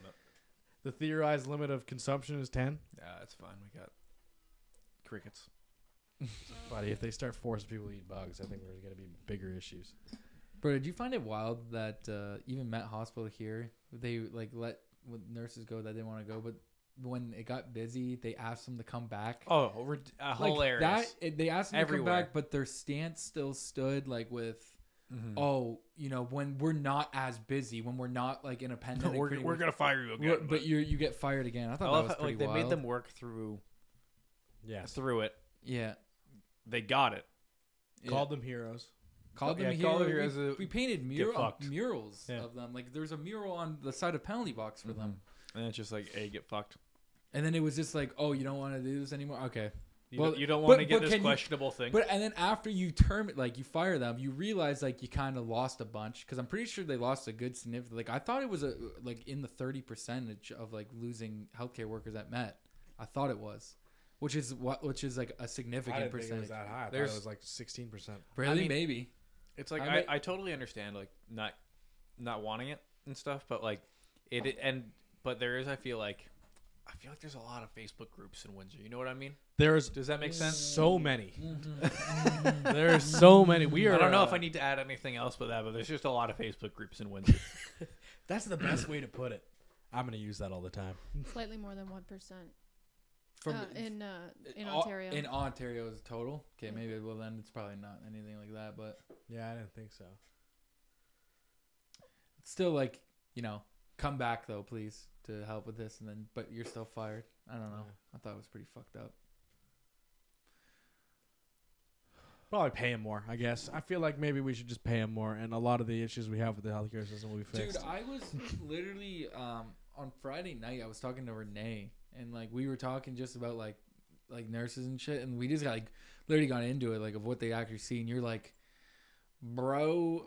Speaker 2: The theorized limit of consumption is ten.
Speaker 1: Yeah, that's fine. We got crickets.
Speaker 2: Buddy, if they start forcing people to eat bugs, I think there's gonna be bigger issues.
Speaker 3: Bro, did you find it wild that uh, even Met Hospital here, they like let when nurses go that they want to go, but when it got busy, they asked them to come back.
Speaker 1: Oh, uh,
Speaker 3: Like,
Speaker 1: hilarious!
Speaker 3: That it- they asked them to
Speaker 1: Everywhere.
Speaker 3: come back, but their stance still stood like with,
Speaker 1: Mhm.
Speaker 3: oh, you know, when we're not as busy, when we're not like in a
Speaker 1: No,
Speaker 3: pandemic,
Speaker 1: we're,
Speaker 3: period,
Speaker 1: we're
Speaker 3: we-
Speaker 1: gonna fire you
Speaker 3: we're-
Speaker 1: again.
Speaker 3: but you you get fired again. I
Speaker 1: I
Speaker 3: thought that
Speaker 1: love
Speaker 3: was
Speaker 1: how,
Speaker 3: pretty
Speaker 1: like they
Speaker 3: wild.
Speaker 1: made them work through
Speaker 2: Yes.
Speaker 1: through it.
Speaker 3: yeah.
Speaker 1: They got it.
Speaker 3: Yeah.
Speaker 2: Called them heroes.
Speaker 3: Called them
Speaker 1: Yeah,
Speaker 3: here.
Speaker 1: call them
Speaker 3: We-
Speaker 1: heroes, uh,
Speaker 3: we, painted mural,
Speaker 1: fucked.
Speaker 3: murals
Speaker 2: Yeah.
Speaker 3: of them. Like there's a mural on the side of penalty box
Speaker 1: Mm-hmm.
Speaker 3: for them.
Speaker 1: And it's just like, hey, get fucked.
Speaker 3: And then it was just like, oh, you don't want to do this anymore. Okay.
Speaker 1: You,
Speaker 3: Well,
Speaker 1: don't- you don't
Speaker 3: but-
Speaker 1: want to get
Speaker 3: but
Speaker 1: this
Speaker 3: can you-
Speaker 1: questionable thing.
Speaker 3: But and then after you term like you fire them, you realize like you kind of lost a bunch because I'm pretty sure they lost a good significant. Like I thought it was a like in the thirty percentage of like losing healthcare workers at Met. I thought it was, which is what which is like a
Speaker 2: I
Speaker 3: significant
Speaker 2: didn't think it was
Speaker 3: percentage.
Speaker 2: that high. I thought
Speaker 1: There's-
Speaker 2: it was like sixteen percent.
Speaker 3: Really,
Speaker 1: I mean-
Speaker 3: maybe.
Speaker 1: It's like
Speaker 3: I
Speaker 1: I,
Speaker 3: bet-
Speaker 1: I, totally understand like not not wanting it and stuff, but like it, it- and but there is I feel like I feel like there's a lot of Facebook groups in Windsor. You know what I mean?
Speaker 2: There's
Speaker 1: Does that make sense?
Speaker 2: so many.
Speaker 3: Mm-hmm.
Speaker 2: There's so many. We are.
Speaker 1: I don't know
Speaker 2: uh,
Speaker 1: if I need to add anything else but that, but there's just a lot of Facebook groups in Windsor.
Speaker 2: That's the best way to put it. I'm gonna use that all the time.
Speaker 5: Slightly more than 1%
Speaker 3: From
Speaker 5: uh, in, uh, in
Speaker 3: Au-
Speaker 5: Ontario. Mm-hmm.
Speaker 3: In Ontario is total. Okay, maybe well then it's probably not anything like that, but
Speaker 2: Yeah, I didn't think so.
Speaker 3: it's still like you know, come back though, please, to help with this, and then but you're still fired. I don't know.
Speaker 2: Yeah.
Speaker 3: I thought it was pretty fucked up.
Speaker 2: Probably pay him more. I guess. I feel like maybe we should just pay him more, and a lot of the issues we have with the healthcare system will be
Speaker 3: Dude,
Speaker 2: fixed.
Speaker 3: I was literally um, on Friday night. I was talking to Renee, and like we were talking just about like like nurses and shit, and we just got like literally got into it like of what they actually see, and you're like, bro,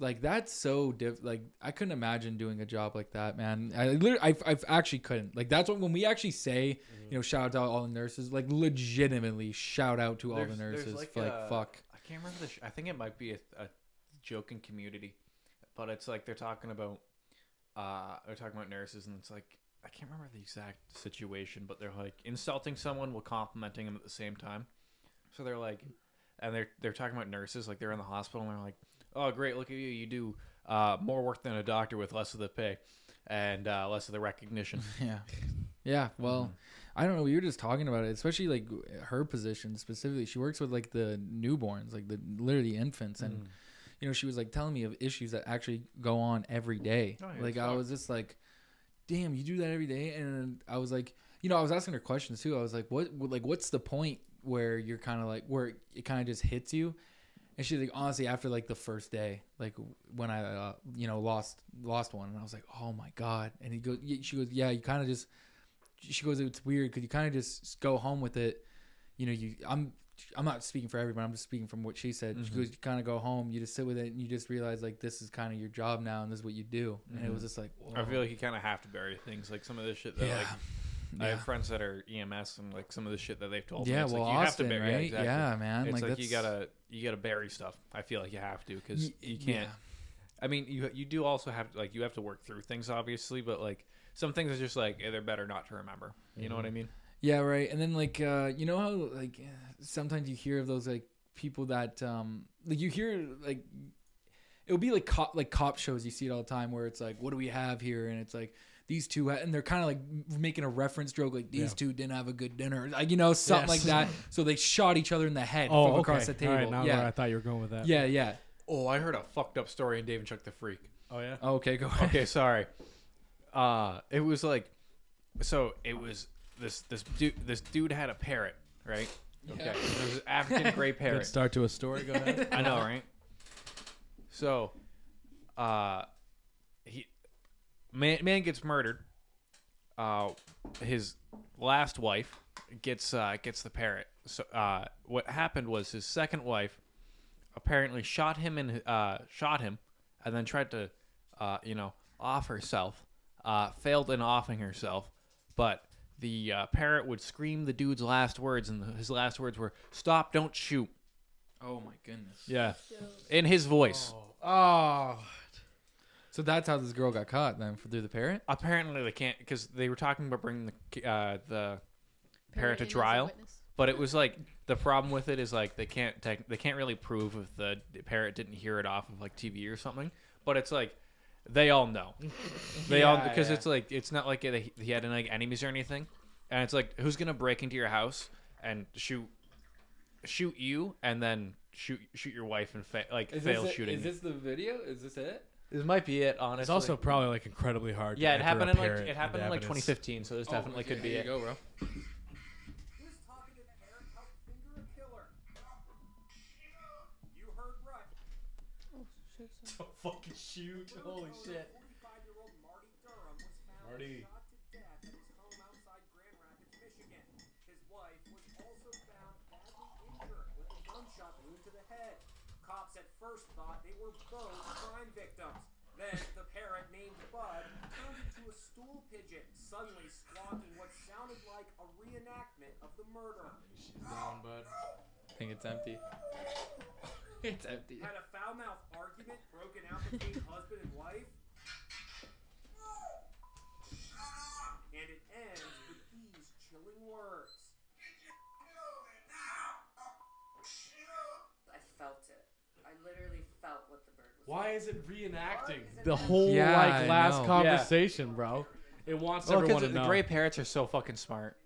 Speaker 3: like that's so diff. Like I couldn't imagine doing a job like that, man. I literally, I, I actually couldn't. Like that's what when we actually say,
Speaker 1: Mm-hmm.
Speaker 3: you know, shout out to all the nurses. Like legitimately, shout out to all
Speaker 1: There's-
Speaker 3: the
Speaker 1: there's,
Speaker 3: nurses.
Speaker 1: like,
Speaker 3: like
Speaker 1: a-
Speaker 3: fuck.
Speaker 1: I can't remember the. Sh- I think it might be a, a joke in community, but it's like they're talking about. Uh, they're talking about nurses, and it's like I can't remember the exact situation, but they're like insulting someone while complimenting them at the same time, So they're like, and they're they're talking about nurses like they're in the hospital and they're like, oh great, look at you, you do uh, more work than a doctor with less of the pay and uh, less of the recognition.
Speaker 3: Yeah. Yeah. Well, I don't know. We were just talking about it, especially like her position specifically. She works with like the newborns, like the literally infants.
Speaker 1: Mm.
Speaker 3: And, you know, she was like telling me of issues that actually go on every day.
Speaker 1: Oh, yeah,
Speaker 3: like, I
Speaker 1: fuck.
Speaker 3: was just like, damn, you do that every day. And I was like, you know, I was asking her questions too. I was like, what, like, what's the point where you're kind of like, where it kind of just hits you? And she's like, honestly, after like the first day, like when I, uh, you know, lost lost one, and I was like, oh my god. And he goes, y- she goes, yeah, you kind of just. She goes, it's weird because you kind of just go home with it. You know, you I'm I'm not speaking for everyone. I'm just speaking from what she said. She
Speaker 1: Mhm.
Speaker 3: goes, you kind of go home, you just sit with it, and you just realize like this is kind of your job now, and this is what you do. And it was just like,
Speaker 1: I
Speaker 3: whoa.
Speaker 1: feel like you kind of have to bury things like some of this shit that
Speaker 3: Uh-huh. yeah.
Speaker 1: like I
Speaker 3: yeah.
Speaker 1: have friends that are EMS and like some of the shit that they've told
Speaker 3: Yeah,
Speaker 1: me. It's
Speaker 3: well,
Speaker 1: like, you
Speaker 3: Austin,
Speaker 1: have to bury,
Speaker 3: right?
Speaker 1: Yeah, exactly.
Speaker 3: Yeah, man.
Speaker 1: It's
Speaker 3: like,
Speaker 1: like,
Speaker 3: that's,
Speaker 1: you gotta you gotta bury stuff. I feel like you have to because
Speaker 3: Y-
Speaker 1: you can't.
Speaker 3: yeah.
Speaker 1: I mean, you you do also have to, like you have to work through things, obviously, but like some things are just like eh, they're better not to remember. You know what I
Speaker 3: Mm-hmm.
Speaker 1: mean?
Speaker 3: Yeah, right. And then like uh, you know how like eh, sometimes you hear of those like people that um like you hear like it'll be like cop like cop shows you see it all the time where it's like what do we have here and it's like these two ha-, and they're kind of like making a reference joke like these
Speaker 2: Yeah.
Speaker 3: two didn't have a good dinner like you know something
Speaker 2: Yes.
Speaker 3: like that so they shot each other in the head
Speaker 2: Oh,
Speaker 3: from
Speaker 2: okay.
Speaker 3: across the table
Speaker 2: All right, now where
Speaker 3: yeah.
Speaker 2: I thought you were going with that.
Speaker 3: yeah yeah
Speaker 1: Oh, I heard a fucked up story in Dave and Chuck the Freak.
Speaker 2: Oh yeah.
Speaker 3: okay go ahead.
Speaker 1: Okay, sorry. Uh, it was like, so it was this this dude this dude had a parrot, right? Okay,
Speaker 3: Yeah.
Speaker 1: it was an African gray
Speaker 2: Good
Speaker 1: parrot.
Speaker 2: start to a story. Go ahead.
Speaker 1: I know, right? So, uh, he man man gets murdered. Uh, his last wife gets uh gets the parrot. So, uh, what happened was his second wife apparently shot him and uh shot him, and then tried to uh you know off herself. Uh, failed in offing herself, but the uh, parrot would scream the dude's last words, and his last words were "Stop! Don't shoot!"
Speaker 3: oh my goodness
Speaker 1: Yeah,
Speaker 5: So-
Speaker 1: in his voice.
Speaker 3: oh so that's how this girl got caught then through the parrot
Speaker 1: Apparently they can't because they were talking about bringing the uh, the parent to
Speaker 5: Apparently as a
Speaker 1: trial,
Speaker 5: witness.
Speaker 1: but it was like the problem with it is like they can't tech they can't really prove if the parrot didn't hear it off of like TV or something. But it's like they all know, they all
Speaker 3: Yeah,
Speaker 1: because
Speaker 3: yeah.
Speaker 1: it's like it's not like they, he had any like enemies or anything, and it's like who's gonna break into your house and shoot shoot you and then shoot shoot your wife and fa- like fail shooting. you.
Speaker 3: the video is this it
Speaker 1: this might be it, honestly.
Speaker 2: It's also probably like incredibly hard. to
Speaker 1: Yeah, it
Speaker 2: enter a
Speaker 1: happened in like
Speaker 2: parrot
Speaker 1: it happened in like
Speaker 2: evidence.
Speaker 1: 2015, so this
Speaker 2: Oh,
Speaker 3: Oh,
Speaker 1: definitely could be it.
Speaker 3: go, bro.
Speaker 6: Who's talking to the air cup finger killer? You heard right.
Speaker 5: Oh, shit, so-
Speaker 2: Fucking shoot!
Speaker 6: Holy shit. 45 year old Marty Durham was found
Speaker 2: Marty.
Speaker 6: shot to death at his home outside Grand Rapids, Michigan. His wife was also found badly injured with a gunshot wound to the head. Cops at first thought they were both crime victims. Then the parrot named Bud turned into a stool pigeon, suddenly squawking what sounded like a reenactment of the murder.
Speaker 3: I think it's empty. it's empty.
Speaker 6: Had a foul mouth argument broken out between husband and wife? And it ends with these chilling words.
Speaker 7: I felt it. I literally felt what the bird was.
Speaker 2: is it reenacting the whole
Speaker 3: Yeah, I
Speaker 2: like last
Speaker 3: know.
Speaker 2: conversation, bro? It wants everyone to
Speaker 1: the
Speaker 2: know.
Speaker 1: gray parrots are so fucking smart.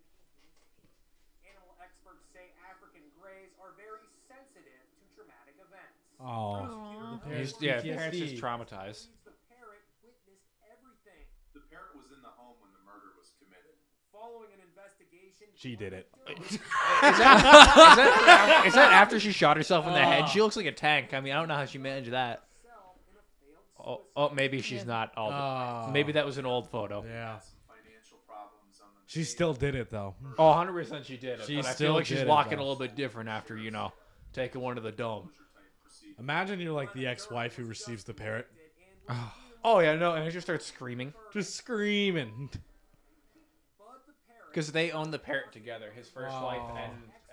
Speaker 6: Animal experts say African greys are very sensitive to traumatic events.
Speaker 2: oh,
Speaker 5: Aw.
Speaker 2: He's-
Speaker 1: yeah,
Speaker 2: yeah,
Speaker 1: parrots
Speaker 2: parrots
Speaker 1: just
Speaker 2: is
Speaker 1: traumatized.
Speaker 6: Believes The parrot witnessed everything.
Speaker 8: The parrot was in the home when the murder was committed.
Speaker 6: Following an investigation,
Speaker 2: She did it.
Speaker 1: is, that, is that after she shot herself in the head?
Speaker 2: Oh.
Speaker 1: She looks like a tank. I mean, I don't know how she managed that.
Speaker 6: herself in a failed
Speaker 1: Oh,
Speaker 6: suicide.
Speaker 1: oh maybe she's not all.
Speaker 2: Oh.
Speaker 1: maybe that was an old photo.
Speaker 2: yeah.
Speaker 8: Some financial problems on the
Speaker 2: She still did it though.
Speaker 1: Oh, 100 percent she did it.
Speaker 2: She
Speaker 1: but I feel
Speaker 2: still
Speaker 1: like she's
Speaker 2: did it,
Speaker 1: walking
Speaker 2: though.
Speaker 1: a little bit different after you know taking one to the dome.
Speaker 2: Imagine you're like the ex-wife who receives the parrot,
Speaker 1: Oh yeah, no, and she starts screaming
Speaker 2: just screaming.
Speaker 6: Bud the parrot
Speaker 1: because they own the parrot together. His first
Speaker 2: Oh.
Speaker 1: wife and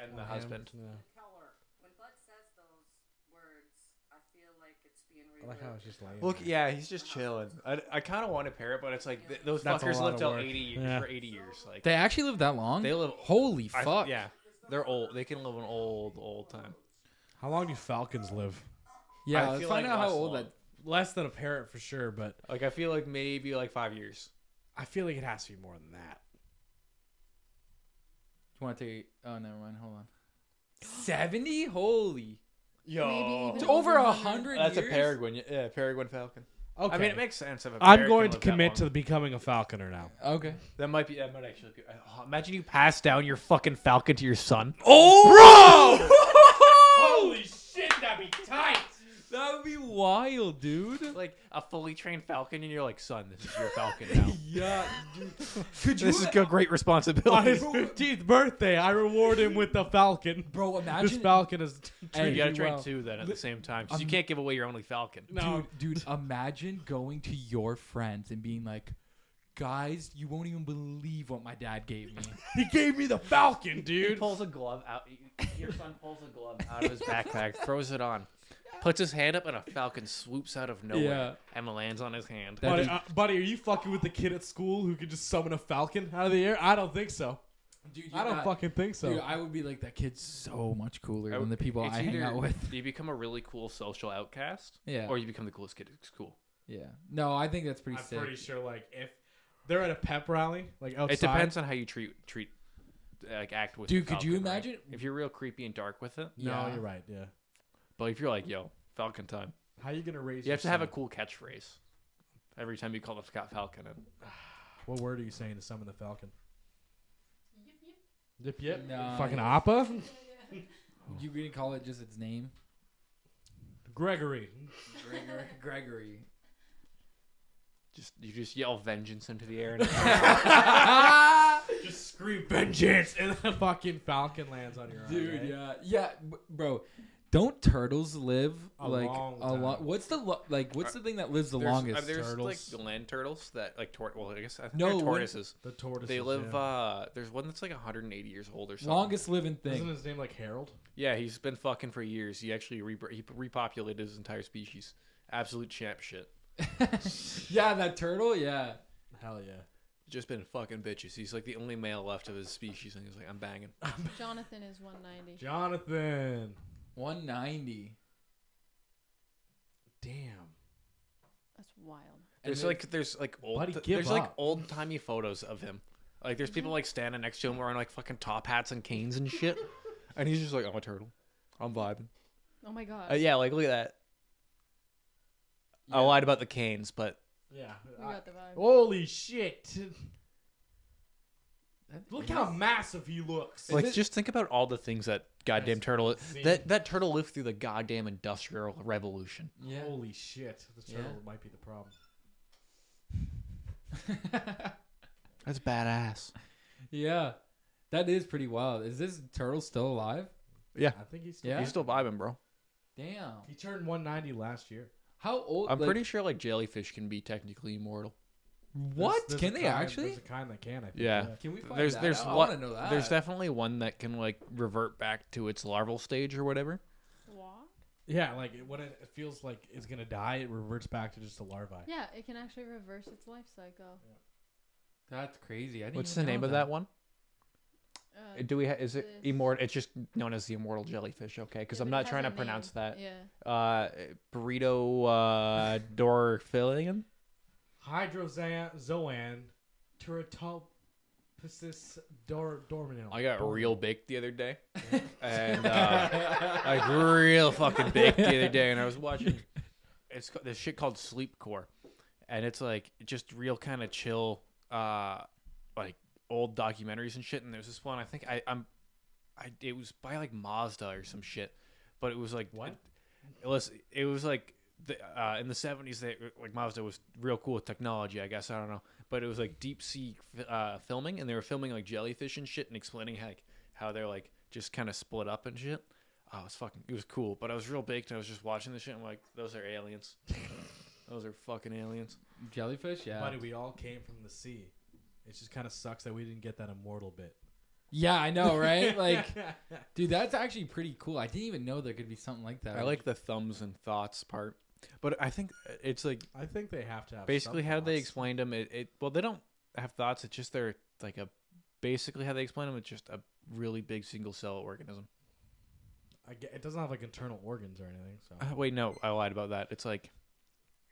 Speaker 1: and the husband.
Speaker 6: Keller.
Speaker 7: when Bud says those words, I feel like it's being
Speaker 2: I like how
Speaker 7: relived.
Speaker 2: it's just laying.
Speaker 1: Look,
Speaker 2: there.
Speaker 1: yeah, he's just chilling. I, I kind of want to pair it, but it's like th- those
Speaker 2: That's a
Speaker 1: fuckers
Speaker 2: lot
Speaker 1: lived
Speaker 2: of
Speaker 1: till
Speaker 2: work.
Speaker 1: eighty years
Speaker 2: Yeah.
Speaker 1: for eighty years. Like
Speaker 3: They actually live that long?
Speaker 1: They live-
Speaker 3: Holy
Speaker 1: I-
Speaker 3: fuck.
Speaker 1: yeah, they're old. They can live an old, old time.
Speaker 2: How long do Falcons live?
Speaker 1: I
Speaker 3: Yeah, let's
Speaker 1: feel
Speaker 3: find
Speaker 1: like
Speaker 3: out how
Speaker 1: less
Speaker 3: old
Speaker 1: long.
Speaker 3: that.
Speaker 2: Less than a parrot for sure, but
Speaker 1: Like I feel like maybe like five years.
Speaker 2: I feel like it has to be more than that.
Speaker 3: You want to take? Oh, never mind. Hold on. Seventy? Holy!
Speaker 1: Yo,
Speaker 5: Maybe even
Speaker 3: It's over a
Speaker 5: 100.
Speaker 3: hundred.
Speaker 1: that's a
Speaker 3: years?
Speaker 1: Peregrine. yeah, Yeah, Peregrine Falcon.
Speaker 2: Okay.
Speaker 1: I mean, it makes sense. If a
Speaker 2: I'm
Speaker 1: parrot can live
Speaker 2: going to
Speaker 1: that
Speaker 2: commit to
Speaker 1: long.
Speaker 2: becoming a falconer now.
Speaker 3: Okay.
Speaker 1: That might be. That might actually. Be, oh, imagine you pass down your fucking falcon to your son.
Speaker 3: Oh, bro!
Speaker 2: shit, that'd be tight.
Speaker 3: that would be wild, dude.
Speaker 1: Like a fully trained falcon, and you're like, son, this is your falcon now.
Speaker 3: Yeah, dude. Could you?
Speaker 1: this is a great
Speaker 2: On
Speaker 1: responsibility.
Speaker 2: his 15th birthday, I reward him with the falcon.
Speaker 3: bro,
Speaker 2: This
Speaker 3: imagine.
Speaker 2: falcon is.
Speaker 3: Hey,
Speaker 1: you gotta
Speaker 3: you
Speaker 1: train
Speaker 3: will.
Speaker 1: two then at the same time, 'cause you
Speaker 3: I'm-
Speaker 1: can't give away your only falcon.
Speaker 2: No.
Speaker 3: Dude, dude, imagine going to your friends and being like, guys, you won't even believe what my dad gave me.
Speaker 2: He gave me the falcon,
Speaker 1: He
Speaker 2: dude.
Speaker 1: pulls a glove out. Your son pulls a glove out of his backpack, throws it on, puts his hand up, and a falcon swoops out of nowhere
Speaker 3: Yeah.
Speaker 1: and lands on his hand.
Speaker 3: That
Speaker 2: Buddy,
Speaker 3: is-
Speaker 2: uh, buddy, are you fucking with the kid at school who could just summon a falcon out of the air? I don't think so.
Speaker 3: Dude,
Speaker 2: I don't
Speaker 3: fucking.
Speaker 2: fucking think so.
Speaker 3: Dude, I would be like, that kid's so much cooler
Speaker 1: I
Speaker 3: than
Speaker 1: would-
Speaker 3: the people
Speaker 1: it's
Speaker 3: I hang
Speaker 1: either
Speaker 3: out with.
Speaker 1: You become a really cool social outcast,
Speaker 3: Yeah.
Speaker 1: or you become the coolest kid at school.
Speaker 3: yeah. No, I think that's pretty
Speaker 2: I'm
Speaker 3: sick.
Speaker 2: pretty sure, like, if they're at a pep rally, like outside.
Speaker 1: It depends on how you treat treat like act with. the
Speaker 3: Dude, could you
Speaker 1: falcon, right?
Speaker 3: imagine-
Speaker 1: if you're real creepy and dark with it?
Speaker 2: No,
Speaker 3: Yeah.
Speaker 2: you're right. Yeah.
Speaker 1: But if you're like, yo, falcon time,
Speaker 2: How you gonna raise?
Speaker 1: you
Speaker 2: your
Speaker 1: have to have a
Speaker 2: son?
Speaker 1: cool catchphrase every time you call the Scott Falcon. In.
Speaker 2: What word are you saying to summon the falcon?
Speaker 5: Yip,
Speaker 2: Yip
Speaker 5: yip.
Speaker 2: yip.
Speaker 3: No.
Speaker 2: Fucking appa.
Speaker 3: You gonna call it just its name?
Speaker 2: Gregory.
Speaker 3: Gregory. Gregory.
Speaker 1: Just you just yell vengeance into the air. And
Speaker 2: Just scream vengeance, and the fucking falcon lands on your arm.
Speaker 3: Dude,
Speaker 2: right?
Speaker 3: yeah, yeah, b- bro. Don't turtles live
Speaker 2: A
Speaker 3: like
Speaker 2: long
Speaker 3: a lot?
Speaker 2: time.
Speaker 3: What's the lo- like? What's the thing that lives the
Speaker 1: There's- uh,
Speaker 3: longest?
Speaker 1: there's
Speaker 2: turtles.
Speaker 1: like the land turtles that like tor- well, I guess I think
Speaker 3: No,
Speaker 1: they're
Speaker 3: when-
Speaker 1: tortoises.
Speaker 2: The tortoise.
Speaker 1: They live.
Speaker 2: Yeah.
Speaker 1: uh There's one that's like 180 years old or something.
Speaker 3: longest living
Speaker 2: Isn't
Speaker 3: thing.
Speaker 2: his name like Harold?
Speaker 1: Yeah, he's been fucking for years. He actually re- he repopulated his entire species. Absolute champ shit.
Speaker 3: yeah, that turtle. Yeah,
Speaker 2: Hell yeah.
Speaker 1: Just been fucking bitches. He's like the only male left of his species, and he's like, I'm banging.
Speaker 5: Jonathan is 190.
Speaker 2: Jonathan.
Speaker 3: one ninety.
Speaker 2: Damn.
Speaker 5: That's wild.
Speaker 1: There's like there's like old
Speaker 2: Buddy,
Speaker 1: th-
Speaker 2: give
Speaker 1: there's like
Speaker 2: up.
Speaker 1: old timey photos of him. Like there's people like standing next to him wearing like fucking top hats and canes and shit, and he's just like, I'm a turtle. I'm vibing.
Speaker 5: Oh my god.
Speaker 1: Uh, yeah, like look at that. I lied about the canes, but
Speaker 2: Yeah.
Speaker 5: We got the vibe.
Speaker 2: Holy shit. Look
Speaker 3: Is
Speaker 2: how
Speaker 3: it-
Speaker 2: massive he looks.
Speaker 1: like just think about all the things that goddamn
Speaker 2: Yes.
Speaker 1: turtle
Speaker 2: See?
Speaker 1: that that turtle lived through the goddamn industrial revolution.
Speaker 3: Yeah.
Speaker 2: Holy shit. The turtle
Speaker 3: Yeah.
Speaker 2: might be the problem.
Speaker 1: That's badass.
Speaker 3: yeah, that is pretty wild. Is this turtle still alive?
Speaker 2: I think he's
Speaker 3: Yeah?
Speaker 1: He's still vibing, bro.
Speaker 3: Damn.
Speaker 2: He turned 190 last year.
Speaker 3: How old?
Speaker 1: I'm
Speaker 3: like,
Speaker 1: pretty sure like jellyfish can be technically immortal.
Speaker 3: What
Speaker 2: There's- there's
Speaker 3: can
Speaker 2: a
Speaker 3: they
Speaker 2: kind-
Speaker 3: actually?
Speaker 2: There's a kind that can, I think.
Speaker 1: Yeah.
Speaker 3: Can we find
Speaker 1: There's
Speaker 3: that
Speaker 1: there's
Speaker 3: out? I
Speaker 1: one-
Speaker 3: wanna know that.
Speaker 1: there's definitely one that can like revert back to its larval stage or whatever.
Speaker 5: What?
Speaker 2: Yeah, like it- when it it feels like it's going to die, it reverts back to just a larvae.
Speaker 5: Yeah, it can actually reverse its life cycle.
Speaker 3: That's crazy. I didn't
Speaker 1: What's the
Speaker 3: even
Speaker 1: name
Speaker 3: know
Speaker 1: of that one?
Speaker 5: Uh,
Speaker 1: Do we ha- is it
Speaker 5: This.
Speaker 1: immortal? It's just known as the immortal jellyfish, okay? Because
Speaker 5: yeah,
Speaker 1: I'm
Speaker 5: but it
Speaker 1: not
Speaker 5: has
Speaker 1: trying
Speaker 5: a
Speaker 1: to pronounce
Speaker 5: name.
Speaker 1: that.
Speaker 5: Yeah.
Speaker 1: Uh, burrito uh, dorphilian.
Speaker 2: Hydrozoan teratopsis dor- dorminal.
Speaker 1: I got real baked the other day, and uh, like real fucking baked the other day, and I was watching it's ca- this shit called Sleepcore, and it's like just real kind of chill, uh, like old documentaries and shit. And there's this one I think I I'm, I it was by like Mazda or some shit, but it was like
Speaker 2: What?
Speaker 1: It was it was like the, uh, in the seventies they like Mazda was real cool with technology. I guess I don't know, but it was like deep sea uh, filming, and they were filming like jellyfish and shit, and explaining how like, how they're like just kind of split up and shit. Oh, it was fucking. It was cool, but I was real baked. and I was just watching this shit. and I'm like, those are aliens. Those are fucking aliens.
Speaker 3: Jellyfish. Yeah.
Speaker 2: Buddy, we all came from the sea. It just kind of sucks that we didn't get that immortal bit.
Speaker 3: Yeah, I know, right? Like, dude, that's actually pretty cool. I didn't even know there could be something like that.
Speaker 1: I like the thumbs and thoughts part, but I think it's like
Speaker 2: I think they have to have
Speaker 1: basically how they
Speaker 2: subplots.
Speaker 1: explained them. It, it well, they don't have thoughts. It's just they're like a basically how they explain them. It's just a really big single cell organism.
Speaker 2: I ge- it doesn't have like internal organs or anything. So
Speaker 1: Uh, wait, no, I lied about that. It's like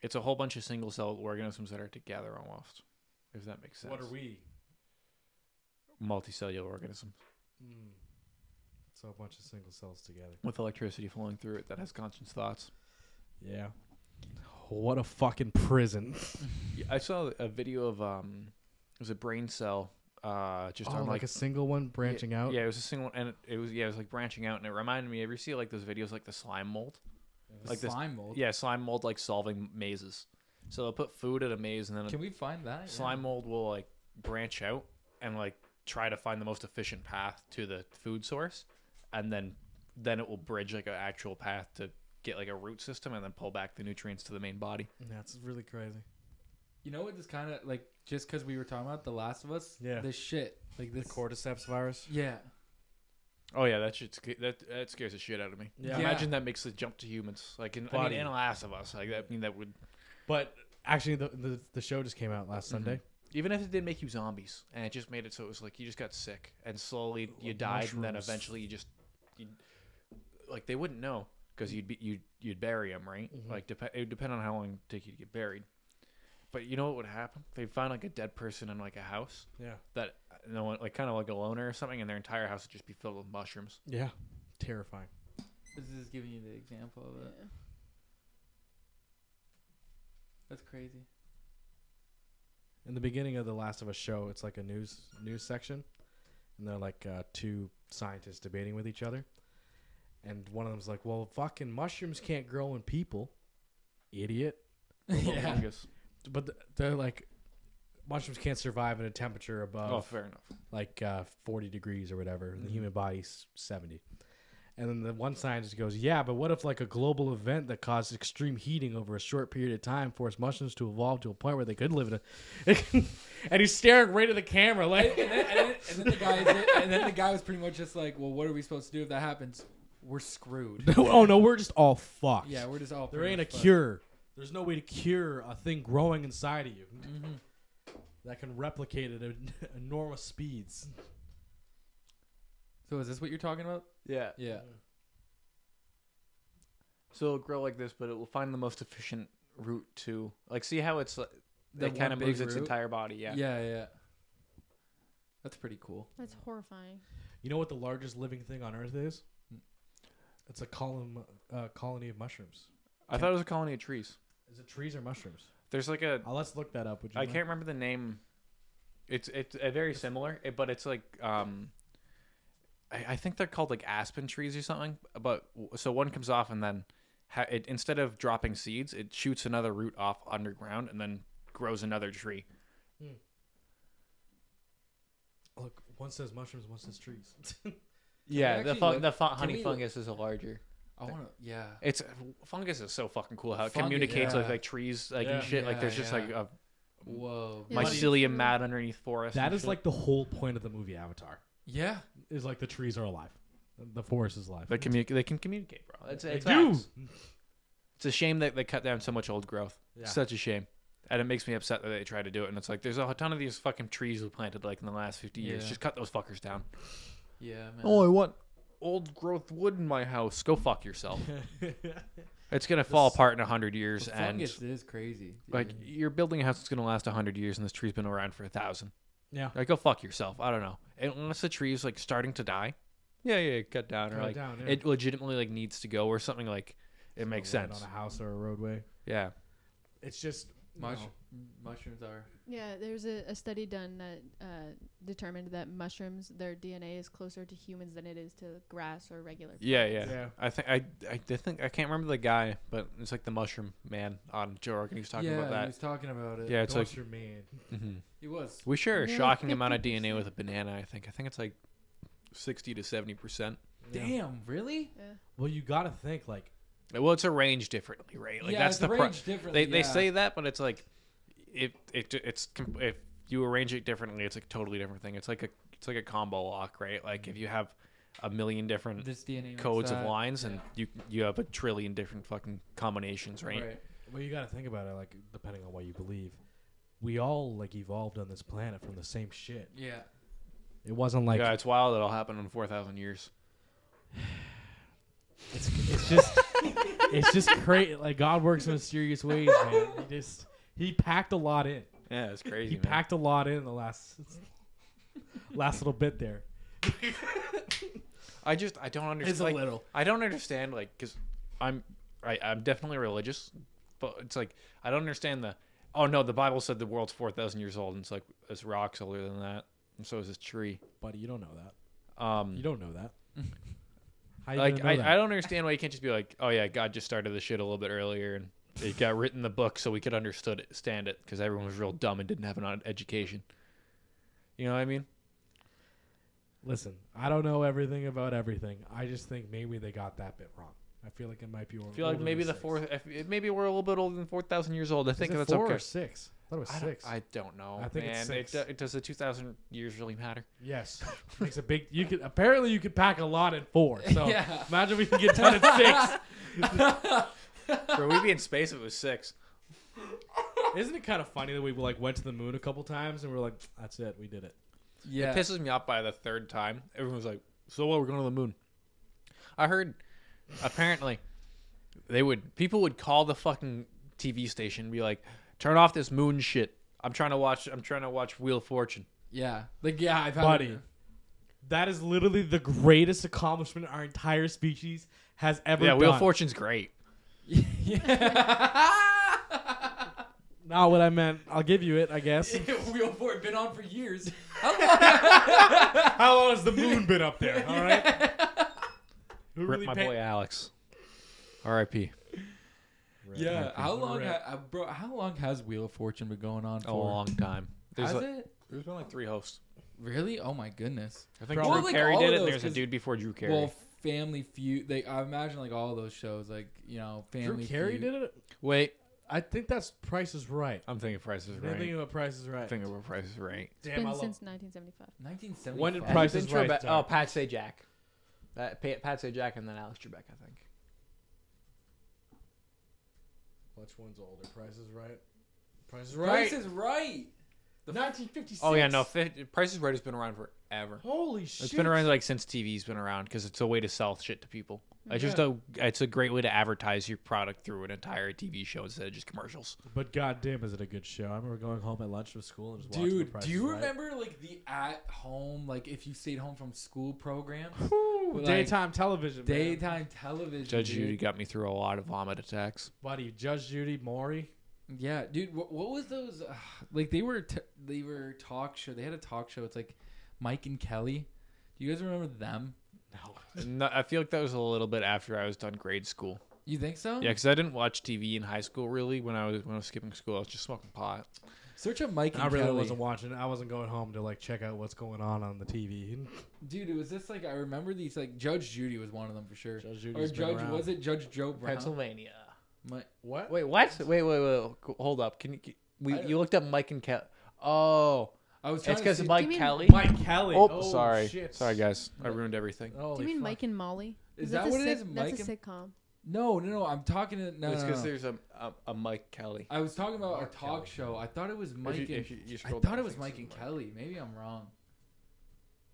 Speaker 1: it's a whole bunch of single cell organisms that are together almost. If that makes sense.
Speaker 2: what are we?
Speaker 1: Multicellular organisms
Speaker 2: Mm. So a bunch of single cells together.
Speaker 1: with electricity flowing through it that has conscious thoughts.
Speaker 2: Yeah. What a fucking prison. Oh,
Speaker 1: Yeah, I saw a video of um, it was a brain cell, uh, just
Speaker 2: oh,
Speaker 1: on
Speaker 2: like,
Speaker 1: like,
Speaker 2: a single one branching
Speaker 3: oh.
Speaker 2: out.
Speaker 1: Yeah, it was a single, and it, it was yeah, it was like branching out, and it reminded me. Ever see like those videos like the slime mold? Like this-
Speaker 3: slime mold.
Speaker 1: Yeah, slime mold like solving mazes. So they'll put food at a maze, and then
Speaker 3: Can we find that? Yeah.
Speaker 1: slime mold will like branch out and like try to find the most efficient path to the food source, and then then it will bridge like an actual path to get like a root system, and then pull back the nutrients to the main body.
Speaker 2: That's really crazy.
Speaker 3: You know what? This kind of like just because we were talking about The Last of Us.
Speaker 2: Yeah.
Speaker 3: This shit. Like this.
Speaker 2: The cordyceps virus.
Speaker 3: Yeah.
Speaker 1: Oh yeah, that shit sca- that that scares the shit out of me.
Speaker 2: Yeah.
Speaker 1: Imagine that makes the jump to humans. Like in I
Speaker 2: Body.
Speaker 1: mean, in Last of Us, like that I mean that would
Speaker 2: But actually, the, the the show just came out last Sunday.
Speaker 1: even if it didn't make you zombies and it just made it so it was like you just got sick and slowly you
Speaker 2: Like
Speaker 1: died and then
Speaker 2: mushrooms.
Speaker 1: eventually you just you like they wouldn't know because you'd be you'd you'd bury them right
Speaker 2: Mhm.
Speaker 1: like dep- it would depend on how long it take you to get buried. But you know what would happen? They'd find like a dead person in like a house
Speaker 2: Yeah.
Speaker 1: that uh, no one like kind of like a loner or something, and their entire house would just be filled with mushrooms.
Speaker 2: Yeah. Terrifying.
Speaker 3: This is giving you the example of it.
Speaker 5: Yeah.
Speaker 3: That's crazy.
Speaker 2: in the beginning of the Last of Us show, it's like a news news section, and they're like uh, two scientists debating with each other, and one of them's like, "Well, fucking mushrooms can't grow in people, idiot."
Speaker 1: Little
Speaker 3: yeah.
Speaker 1: fungus.
Speaker 2: But th- they're like, mushrooms can't survive in a temperature above
Speaker 1: Oh, fair enough.
Speaker 2: like uh, 40 degrees or whatever.
Speaker 3: Mm-hmm.
Speaker 2: and The human body's 70. And then the one scientist goes, Yeah, but what if like a global event that caused extreme heating over a short period of time forced mushrooms to evolve to a point where they could live in a. and he's staring right at the camera
Speaker 3: And,
Speaker 2: like.
Speaker 3: and then, and, then, and then the guy, is, and then the guy was pretty much just like, "Well, what are we supposed to do if that happens? We're screwed."
Speaker 2: oh no, we're just all fucked.
Speaker 3: yeah, we're just all.
Speaker 2: there
Speaker 3: pretty
Speaker 2: ain't a
Speaker 3: much fucked.
Speaker 2: cure. There's no way to cure a thing growing inside of you
Speaker 3: Mhm.
Speaker 2: that can replicate it at enormous speeds.
Speaker 3: So is this what you're talking about?
Speaker 1: Yeah.
Speaker 3: Yeah.
Speaker 1: So it'll grow like this, but it will find the most efficient route to like see how it's like,
Speaker 3: That
Speaker 1: it kind
Speaker 3: one
Speaker 1: of
Speaker 3: big
Speaker 1: moves its
Speaker 3: route?
Speaker 1: entire body. Yeah.
Speaker 3: Yeah. Yeah. That's pretty cool.
Speaker 5: That's horrifying.
Speaker 2: You know what the largest living thing on Earth is? It's a column, uh, colony of mushrooms.
Speaker 1: I thought it was a colony of trees.
Speaker 2: Is it trees or mushrooms?
Speaker 1: There's like a
Speaker 2: Uh, let's look that up. Would you
Speaker 1: I
Speaker 2: mind?
Speaker 1: can't remember the name. It's it's uh, very similar, it- but it's like um, I, I think they're called like aspen trees or something. But w- so one comes off and then ha- it instead of dropping seeds, it shoots another root off underground and then grows another tree.
Speaker 2: Look, one says mushrooms, one says trees.
Speaker 1: Yeah,
Speaker 3: we
Speaker 1: the
Speaker 3: actually
Speaker 1: fun,
Speaker 3: look-
Speaker 1: the fun,
Speaker 3: can
Speaker 1: honey
Speaker 3: we-
Speaker 1: fungus is a larger.
Speaker 3: I want to. Yeah.
Speaker 1: It's fungus is so fucking cool how it
Speaker 3: Fungus,
Speaker 1: communicates with
Speaker 3: yeah.
Speaker 1: like trees like and
Speaker 2: Yeah.
Speaker 1: shit. like
Speaker 3: Yeah,
Speaker 1: there's just
Speaker 3: yeah.
Speaker 1: like a
Speaker 3: Whoa.
Speaker 5: Yeah. Buddy.
Speaker 1: mycelium mat underneath forest.
Speaker 2: that
Speaker 1: and
Speaker 2: is
Speaker 1: shit.
Speaker 2: like the whole point of the movie Avatar.
Speaker 3: Yeah.
Speaker 2: Is like the trees are alive, the forest is alive.
Speaker 1: they commu- they can communicate, bro. It's,
Speaker 2: They
Speaker 1: it's
Speaker 2: do.
Speaker 1: facts. It's a shame that they cut down so much old growth.
Speaker 2: Yeah.
Speaker 1: Such a shame. And it makes me upset that they try to do it. And it's like there's a ton of these fucking trees we planted like in the last 50 years.
Speaker 3: Yeah.
Speaker 1: Just cut those fuckers down.
Speaker 3: Yeah, man.
Speaker 1: Oh, I want old growth wood in my house. Go fuck yourself. It's gonna fall apart in hundred years,
Speaker 3: The
Speaker 1: and
Speaker 3: fungus is crazy. dude.
Speaker 1: like you're building a house that's gonna last hundred years, and this tree's been around for a thousand.
Speaker 2: yeah,
Speaker 1: Like go fuck yourself. I don't know. And unless the tree's like starting to die, yeah, yeah, cut down or
Speaker 2: Cut it
Speaker 1: like
Speaker 2: down, yeah.
Speaker 1: it legitimately like needs to go or something. Like it makes
Speaker 2: Land
Speaker 1: sense.
Speaker 2: on a house or a roadway.
Speaker 1: Yeah.
Speaker 2: It's just you
Speaker 3: Mush-
Speaker 2: know,
Speaker 3: mushrooms are.
Speaker 5: Yeah, there's a, a study done that uh, determined that mushrooms, their DNA is closer to humans than it is to grass or regular.
Speaker 1: Yeah, yeah,
Speaker 2: Yeah.
Speaker 1: I think I, I did think I can't remember the guy, but it's like the mushroom man on Joe Rogan. He was talking
Speaker 3: yeah,
Speaker 1: about
Speaker 3: he
Speaker 1: that.
Speaker 3: was talking about it.
Speaker 1: Yeah, it's like
Speaker 2: Dogs are man.
Speaker 1: mhm.
Speaker 3: he was.
Speaker 1: we share a
Speaker 5: Nearly
Speaker 1: shocking amount of
Speaker 5: 50%.
Speaker 1: DNA with a banana. I think I think it's like sixty to seventy percent.
Speaker 3: Damn, really?
Speaker 5: Yeah.
Speaker 2: Well, you got to think like
Speaker 1: Well, it's arranged differently, right? Like
Speaker 3: yeah,
Speaker 1: that's
Speaker 3: it's
Speaker 1: the pro-
Speaker 3: arranged
Speaker 1: they
Speaker 3: differently.
Speaker 1: they
Speaker 3: yeah.
Speaker 1: say that, but it's like it it it's com- if you arrange it differently, it's like a totally different thing. It's like a it's like a combo lock, right? Like if you have a million different
Speaker 3: this DNA makes
Speaker 1: codes of
Speaker 3: that,
Speaker 1: lines, and
Speaker 3: yeah.
Speaker 1: you you have a trillion different fucking combinations, right?
Speaker 3: Right.
Speaker 2: Well, you got to think about it, like depending on what you believe, we all like evolved on this planet from the same shit.
Speaker 3: Yeah.
Speaker 2: It wasn't like
Speaker 1: yeah, it's wild. It'll happen in four thousand years.
Speaker 2: it's, it's just it's just crazy. Like God works in mysterious ways, man. He just he packed a lot in.
Speaker 1: Yeah, it's crazy.
Speaker 2: He
Speaker 1: man.
Speaker 2: packed a lot in the last last little bit there.
Speaker 1: I just I don't understand.
Speaker 3: It's a
Speaker 1: like,
Speaker 3: little.
Speaker 1: I don't understand like because I'm I, I'm definitely religious, but it's like I don't understand the oh no the Bible said the world's four thousand years old and it's like this rock's older than that and so is this tree.
Speaker 2: Buddy, you don't know that.
Speaker 1: Um,
Speaker 2: You don't know that. How you
Speaker 1: like
Speaker 2: gonna know
Speaker 1: I,
Speaker 2: that?
Speaker 1: I don't understand why you can't just be like oh yeah God just started this shit a little bit earlier and it got written in the book so we could understood it, stand it because everyone was real dumb and didn't have an ed- education. You know what I mean?
Speaker 2: Listen, I don't know everything about everything. I just think maybe they got that bit wrong. I feel like it might be.
Speaker 1: I feel like maybe the fourth if- maybe we're a little bit older than four thousand years old. I think that's
Speaker 2: four
Speaker 1: okay.
Speaker 2: or six. I thought it was
Speaker 1: I don't-
Speaker 2: six.
Speaker 1: I don't, know.
Speaker 2: I think
Speaker 1: man.
Speaker 2: it's six.
Speaker 1: It, do- it- does the 2,000 years really matter?
Speaker 2: Yes, makes a big. You could apparently you could pack a lot in four. So
Speaker 3: Yeah.
Speaker 2: imagine we can get done at six.
Speaker 1: Bro, we'd be in space if it was six.
Speaker 2: Isn't it kind of funny that we like went to the moon a couple times and we're like, that's it, we did it.
Speaker 3: Yeah.
Speaker 1: Pisses me off by the third time. Everyone's like, so what? We're going to the moon. I heard, apparently, they would people would call the fucking TV station and be like, turn off this moon shit. I'm trying to watch. I'm trying to watch Wheel of Fortune.
Speaker 3: Yeah. Like yeah, I've had
Speaker 2: Buddy, that is literally the greatest accomplishment our entire species has ever
Speaker 1: yeah,
Speaker 2: done.
Speaker 1: Wheel of Fortune's great.
Speaker 3: Yeah.
Speaker 2: Not what I meant. I'll give you it, I guess.
Speaker 3: Wheel four been on for years. How long?
Speaker 2: How long has the moon been up there? All right. Who
Speaker 1: Rip
Speaker 2: really
Speaker 1: my
Speaker 2: pay-
Speaker 1: boy Alex. R.I.P.
Speaker 3: Yeah. How long?
Speaker 2: Rip.
Speaker 3: Ha- uh, bro, how long has Wheel of Fortune been going on for?
Speaker 1: A long time. There's
Speaker 3: Has
Speaker 1: like,
Speaker 3: it
Speaker 1: there's been like three hosts.
Speaker 3: really? Oh my goodness.
Speaker 1: I think
Speaker 3: Probably
Speaker 1: Drew
Speaker 3: like
Speaker 1: Carey
Speaker 3: all
Speaker 1: did
Speaker 3: of
Speaker 1: it. and
Speaker 3: those,
Speaker 1: There's a
Speaker 3: 'cause-
Speaker 1: dude before Drew Carey.
Speaker 3: Well, Family Feud. They, I imagine like all those shows, like you know,
Speaker 2: Drew
Speaker 3: Family.
Speaker 2: Carey
Speaker 3: Feud.
Speaker 2: did it.
Speaker 1: Wait,
Speaker 2: I think that's Price is Right.
Speaker 1: I'm thinking Price is
Speaker 2: I'm thinking
Speaker 1: right.
Speaker 2: about Price is Right.
Speaker 1: I'm thinking about Price is right.
Speaker 2: Damn, I
Speaker 5: been
Speaker 2: love.
Speaker 5: since 1975.
Speaker 3: 1975.
Speaker 2: When did Price is Right
Speaker 1: Oh,
Speaker 2: start?
Speaker 1: Pat Sajak. Pat, Pat Sajak and then Alex Trebek, I think.
Speaker 2: Which one's older? Price is Right. Price is
Speaker 3: Price is right. The
Speaker 2: 1956.
Speaker 1: Oh yeah, no, fi- Price is Right has been around forever.
Speaker 2: Holy shit.
Speaker 1: It's been around like since TV's been around because it's a way to sell shit to people. It's just a it's a great way to advertise your product through an entire TV show instead of just commercials.
Speaker 2: But goddamn, is it a good show? I remember going home at lunch from school and just watching The
Speaker 3: Dude,
Speaker 2: Price
Speaker 3: do
Speaker 2: is
Speaker 3: you
Speaker 2: Right.
Speaker 3: remember like the at home, like if you stayed home from school programs? Like,
Speaker 2: daytime television? Oh, man.
Speaker 3: Daytime television.
Speaker 1: Judge
Speaker 3: dude.
Speaker 1: Judy got me through a lot of vomit attacks.
Speaker 2: buddy, Judge Judy, Maury.
Speaker 3: Yeah, dude. What, what was those? Uh, like they were t- they were talk show. They had a talk show. It's like Mike and Kelly. Do you guys remember them?
Speaker 1: No, I feel like that was a little bit after I was done grade school.
Speaker 3: You think so?
Speaker 1: Yeah, because I didn't watch TV in high school really. When I was when I was skipping school, I was just smoking pot.
Speaker 3: Search up Mike and
Speaker 2: I really
Speaker 3: Kelly.
Speaker 2: wasn't watching. I wasn't going home to like check out what's going on on the TV.
Speaker 3: Dude, it was just like I remember these. Like Judge Judy was one of them for sure.
Speaker 2: Judge
Speaker 3: or
Speaker 2: Judy's been
Speaker 3: Judge
Speaker 2: around.
Speaker 3: was it Judge Joe Brown?
Speaker 1: Pennsylvania.
Speaker 3: Mi-
Speaker 2: What?
Speaker 1: Wait, what? Wait, wait, wait. Hold up. Can you?
Speaker 3: I-
Speaker 1: We you looked up Mike and Kelly. Oh,
Speaker 3: I was trying
Speaker 1: it's
Speaker 3: to
Speaker 1: because
Speaker 3: see-
Speaker 1: of
Speaker 5: Do
Speaker 1: Mike
Speaker 5: you mean-
Speaker 1: Kelly.
Speaker 2: Mike Kelly.
Speaker 1: Oh, sorry,
Speaker 2: shit.
Speaker 1: sorry guys. I ruined everything.
Speaker 5: Do you mean Mike and Molly?
Speaker 3: Is
Speaker 5: 'Cause
Speaker 3: that
Speaker 5: that's a
Speaker 3: what it
Speaker 5: sic-
Speaker 3: is, Mike
Speaker 5: That's
Speaker 3: and-
Speaker 5: a sitcom.
Speaker 3: No, no, no. I'm talking to no.
Speaker 1: it's
Speaker 3: no,
Speaker 1: because
Speaker 3: no.
Speaker 1: there's a, a a Mike Kelly.
Speaker 3: I was talking about
Speaker 2: Mark
Speaker 3: a talk
Speaker 2: Kelly.
Speaker 3: show. I thought it was Mike
Speaker 1: you-
Speaker 3: and
Speaker 1: if you- you
Speaker 3: I
Speaker 1: scroll
Speaker 3: thought
Speaker 1: down,
Speaker 3: it
Speaker 1: I
Speaker 3: was
Speaker 1: think
Speaker 3: Mike
Speaker 1: it's
Speaker 3: and
Speaker 1: Mike.
Speaker 3: Kelly. Maybe I'm wrong.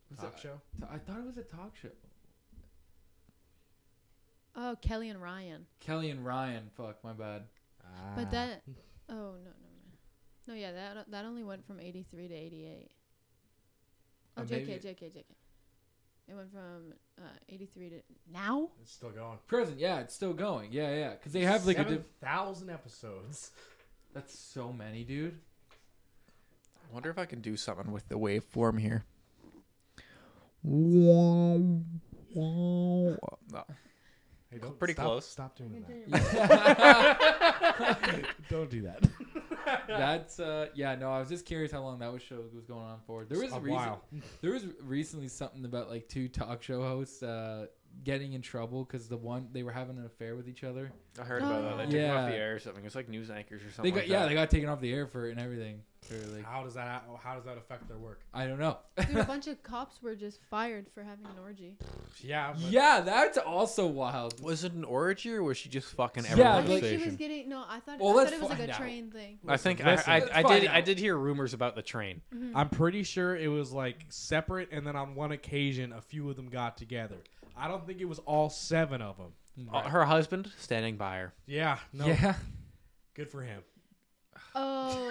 Speaker 3: Was
Speaker 2: Talk
Speaker 3: it-
Speaker 2: show.
Speaker 3: I thought it was a talk show.
Speaker 5: Oh, Kelly and Ryan.
Speaker 3: Kelly and Ryan. Fuck, my bad.
Speaker 2: Uh.
Speaker 5: But that. Oh no no no. No yeah that that only went from 83 to 88. Oh
Speaker 3: Uh,
Speaker 5: JK
Speaker 3: maybe-
Speaker 5: JK JK. It went from uh, 83 to now.
Speaker 2: Ah, it's still going.
Speaker 3: Present. Yeah, it's still going. Yeah, yeah. Because they have like a. Diff-
Speaker 2: thousand episodes.
Speaker 3: That's so many, dude.
Speaker 1: I wonder if I can do something with the waveform here. No.
Speaker 2: Hey, don't,
Speaker 1: Pretty
Speaker 2: stop-
Speaker 1: close.
Speaker 2: Stop doing that.
Speaker 3: That's
Speaker 2: don't do that.
Speaker 3: uh yeah no I was just curious how long that was show was going on for there was
Speaker 2: a
Speaker 3: a reason
Speaker 2: while.
Speaker 3: there was recently something about like two talk show hosts uh getting in trouble because the one they were having an affair with each other.
Speaker 1: I heard about that. They took
Speaker 3: Yeah.
Speaker 1: them off the air or something. It's like news anchors or
Speaker 3: They
Speaker 1: something.
Speaker 3: got
Speaker 1: like
Speaker 3: yeah,
Speaker 1: that.
Speaker 3: they got taken off the air for it and everything. For like,
Speaker 2: How does that how does that affect their work?
Speaker 3: I don't know.
Speaker 5: Dude, a bunch of cops were just fired for having an orgy.
Speaker 2: Yeah, but
Speaker 3: yeah, that's also wild.
Speaker 1: Was it an orgy or was she just fucking
Speaker 3: Yeah,
Speaker 1: every
Speaker 3: like-
Speaker 5: I think she
Speaker 1: conversation?
Speaker 5: was getting no. I thought,
Speaker 3: Well,
Speaker 5: I
Speaker 3: let's
Speaker 5: thought it was like
Speaker 3: find
Speaker 5: a
Speaker 3: out.
Speaker 5: train thing.
Speaker 1: I think I,
Speaker 2: Listen,
Speaker 1: I,
Speaker 3: let's
Speaker 1: I
Speaker 3: find
Speaker 1: did I
Speaker 3: out.
Speaker 1: did hear rumors about the train.
Speaker 2: I'm pretty sure it was like separate, and then on one occasion, a few of them got together. I don't think it was all seven of them.
Speaker 1: Uh, Her husband standing by her.
Speaker 2: Yeah, no,
Speaker 3: Mm. Yeah,
Speaker 2: good for him.
Speaker 5: Oh,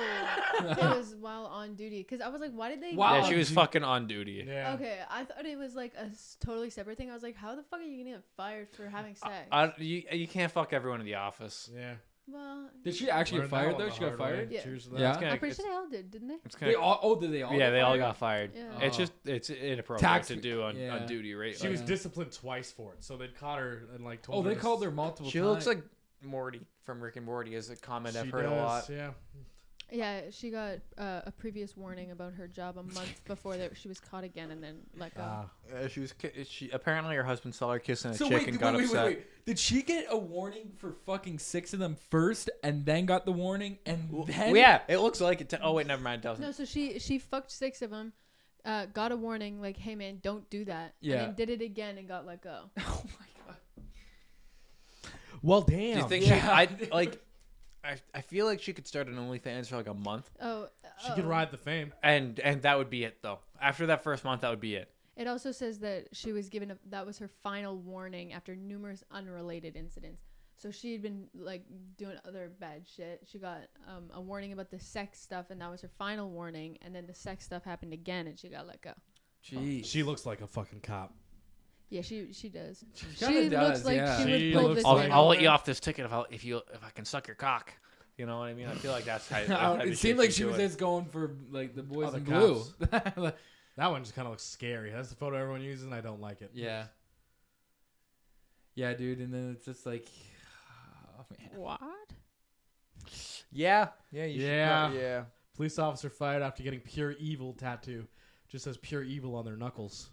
Speaker 5: it was while on duty. Because I was like, why did they?
Speaker 3: Wow.
Speaker 1: yeah, she was
Speaker 3: dude.
Speaker 1: fucking on duty.
Speaker 2: Yeah,
Speaker 5: Okay, I thought it was like a s- totally separate thing. I was like, how the fuck are you gonna get fired for having sex?
Speaker 1: I, you, you can't fuck everyone in the office.
Speaker 2: yeah.
Speaker 5: well,
Speaker 3: did she actually get
Speaker 2: Learned that
Speaker 3: fired
Speaker 2: one
Speaker 3: though?
Speaker 2: the
Speaker 3: She got
Speaker 2: hard way.
Speaker 3: fired.
Speaker 5: Yeah.
Speaker 2: Cheers to that.
Speaker 3: Yeah.
Speaker 1: It's
Speaker 5: I'm
Speaker 1: kinda,
Speaker 5: pretty
Speaker 1: it's,
Speaker 5: sure they all did, didn't they?
Speaker 1: it's
Speaker 3: They
Speaker 1: kinda,
Speaker 3: all. Oh, did they all?
Speaker 1: yeah,
Speaker 3: get
Speaker 1: they all
Speaker 3: fired?
Speaker 1: got fired.
Speaker 5: Yeah.
Speaker 1: It's
Speaker 3: Oh.
Speaker 1: just it's inappropriate
Speaker 3: Tax-
Speaker 1: to do on,
Speaker 3: yeah.
Speaker 1: on duty, right?
Speaker 2: She was
Speaker 3: Yeah.
Speaker 2: disciplined twice for it, so they caught her and like
Speaker 3: Oh,
Speaker 2: told.
Speaker 3: they
Speaker 2: to-
Speaker 3: called her multiple.
Speaker 1: she looks
Speaker 3: times.
Speaker 1: like Morty from Rick and Morty. Is a comment
Speaker 2: She
Speaker 1: I've heard
Speaker 2: does,
Speaker 1: a lot.
Speaker 2: Yeah,
Speaker 5: Yeah, she got uh, a previous warning about her job a month before that she was caught again and then let go.
Speaker 2: Ah.
Speaker 1: Uh, she was ki- she apparently her husband saw her kissing a
Speaker 3: So
Speaker 1: chick
Speaker 3: wait,
Speaker 1: and
Speaker 3: wait,
Speaker 1: got
Speaker 3: wait,
Speaker 1: upset.
Speaker 3: wait, wait. Did she get a warning for fucking six of them first, and then got the warning, and then
Speaker 1: yeah, it looks like it. T- oh wait, never mind. It doesn't.
Speaker 5: No, so she she fucked six of them, uh, got a warning like, "Hey man, don't do that."
Speaker 3: Yeah.
Speaker 5: And then did it again and got let go.
Speaker 3: Oh my god.
Speaker 2: Well, damn.
Speaker 1: Do you think
Speaker 3: Yeah.
Speaker 1: she? I like. I, I feel like she could start an OnlyFans for like a month,
Speaker 5: Oh,
Speaker 2: she could
Speaker 5: uh-oh.
Speaker 2: ride the fame?
Speaker 1: and and that would be it though. After that first month, that would be it.
Speaker 5: It also says that she was given a, that was her final warning after numerous unrelated incidents. So she had been like doing other bad shit. She got um, a warning about the sex stuff, and that was her final warning. And then the sex stuff happened again, and she got let go.
Speaker 3: Jeez.
Speaker 2: She looks like a fucking cop.
Speaker 5: Yeah, she she does. She,
Speaker 3: kinda
Speaker 5: looks
Speaker 3: does,
Speaker 5: like
Speaker 3: yeah.
Speaker 5: she,
Speaker 2: She
Speaker 5: would play
Speaker 2: looks
Speaker 5: this
Speaker 1: I'll,
Speaker 2: like-
Speaker 5: like,
Speaker 1: I'll let you off this ticket if I if you if I can suck your cock. You know what I mean? I feel like that's how.
Speaker 3: Uh,
Speaker 1: that's how
Speaker 3: it
Speaker 1: the
Speaker 3: seemed
Speaker 1: shit
Speaker 3: like
Speaker 1: she's
Speaker 3: she was
Speaker 1: doing.
Speaker 3: just going for like the boys
Speaker 2: Other
Speaker 3: in blue.
Speaker 2: That one just kind of looks scary. That's the photo everyone uses, and I don't like it.
Speaker 3: yeah. Yeah, dude, and then it's just like, oh man.
Speaker 5: what?
Speaker 1: Yeah, yeah, you should
Speaker 2: Yeah.
Speaker 1: prob- yeah.
Speaker 2: Police officer fired after getting pure evil tattoo. Just says pure evil on their knuckles.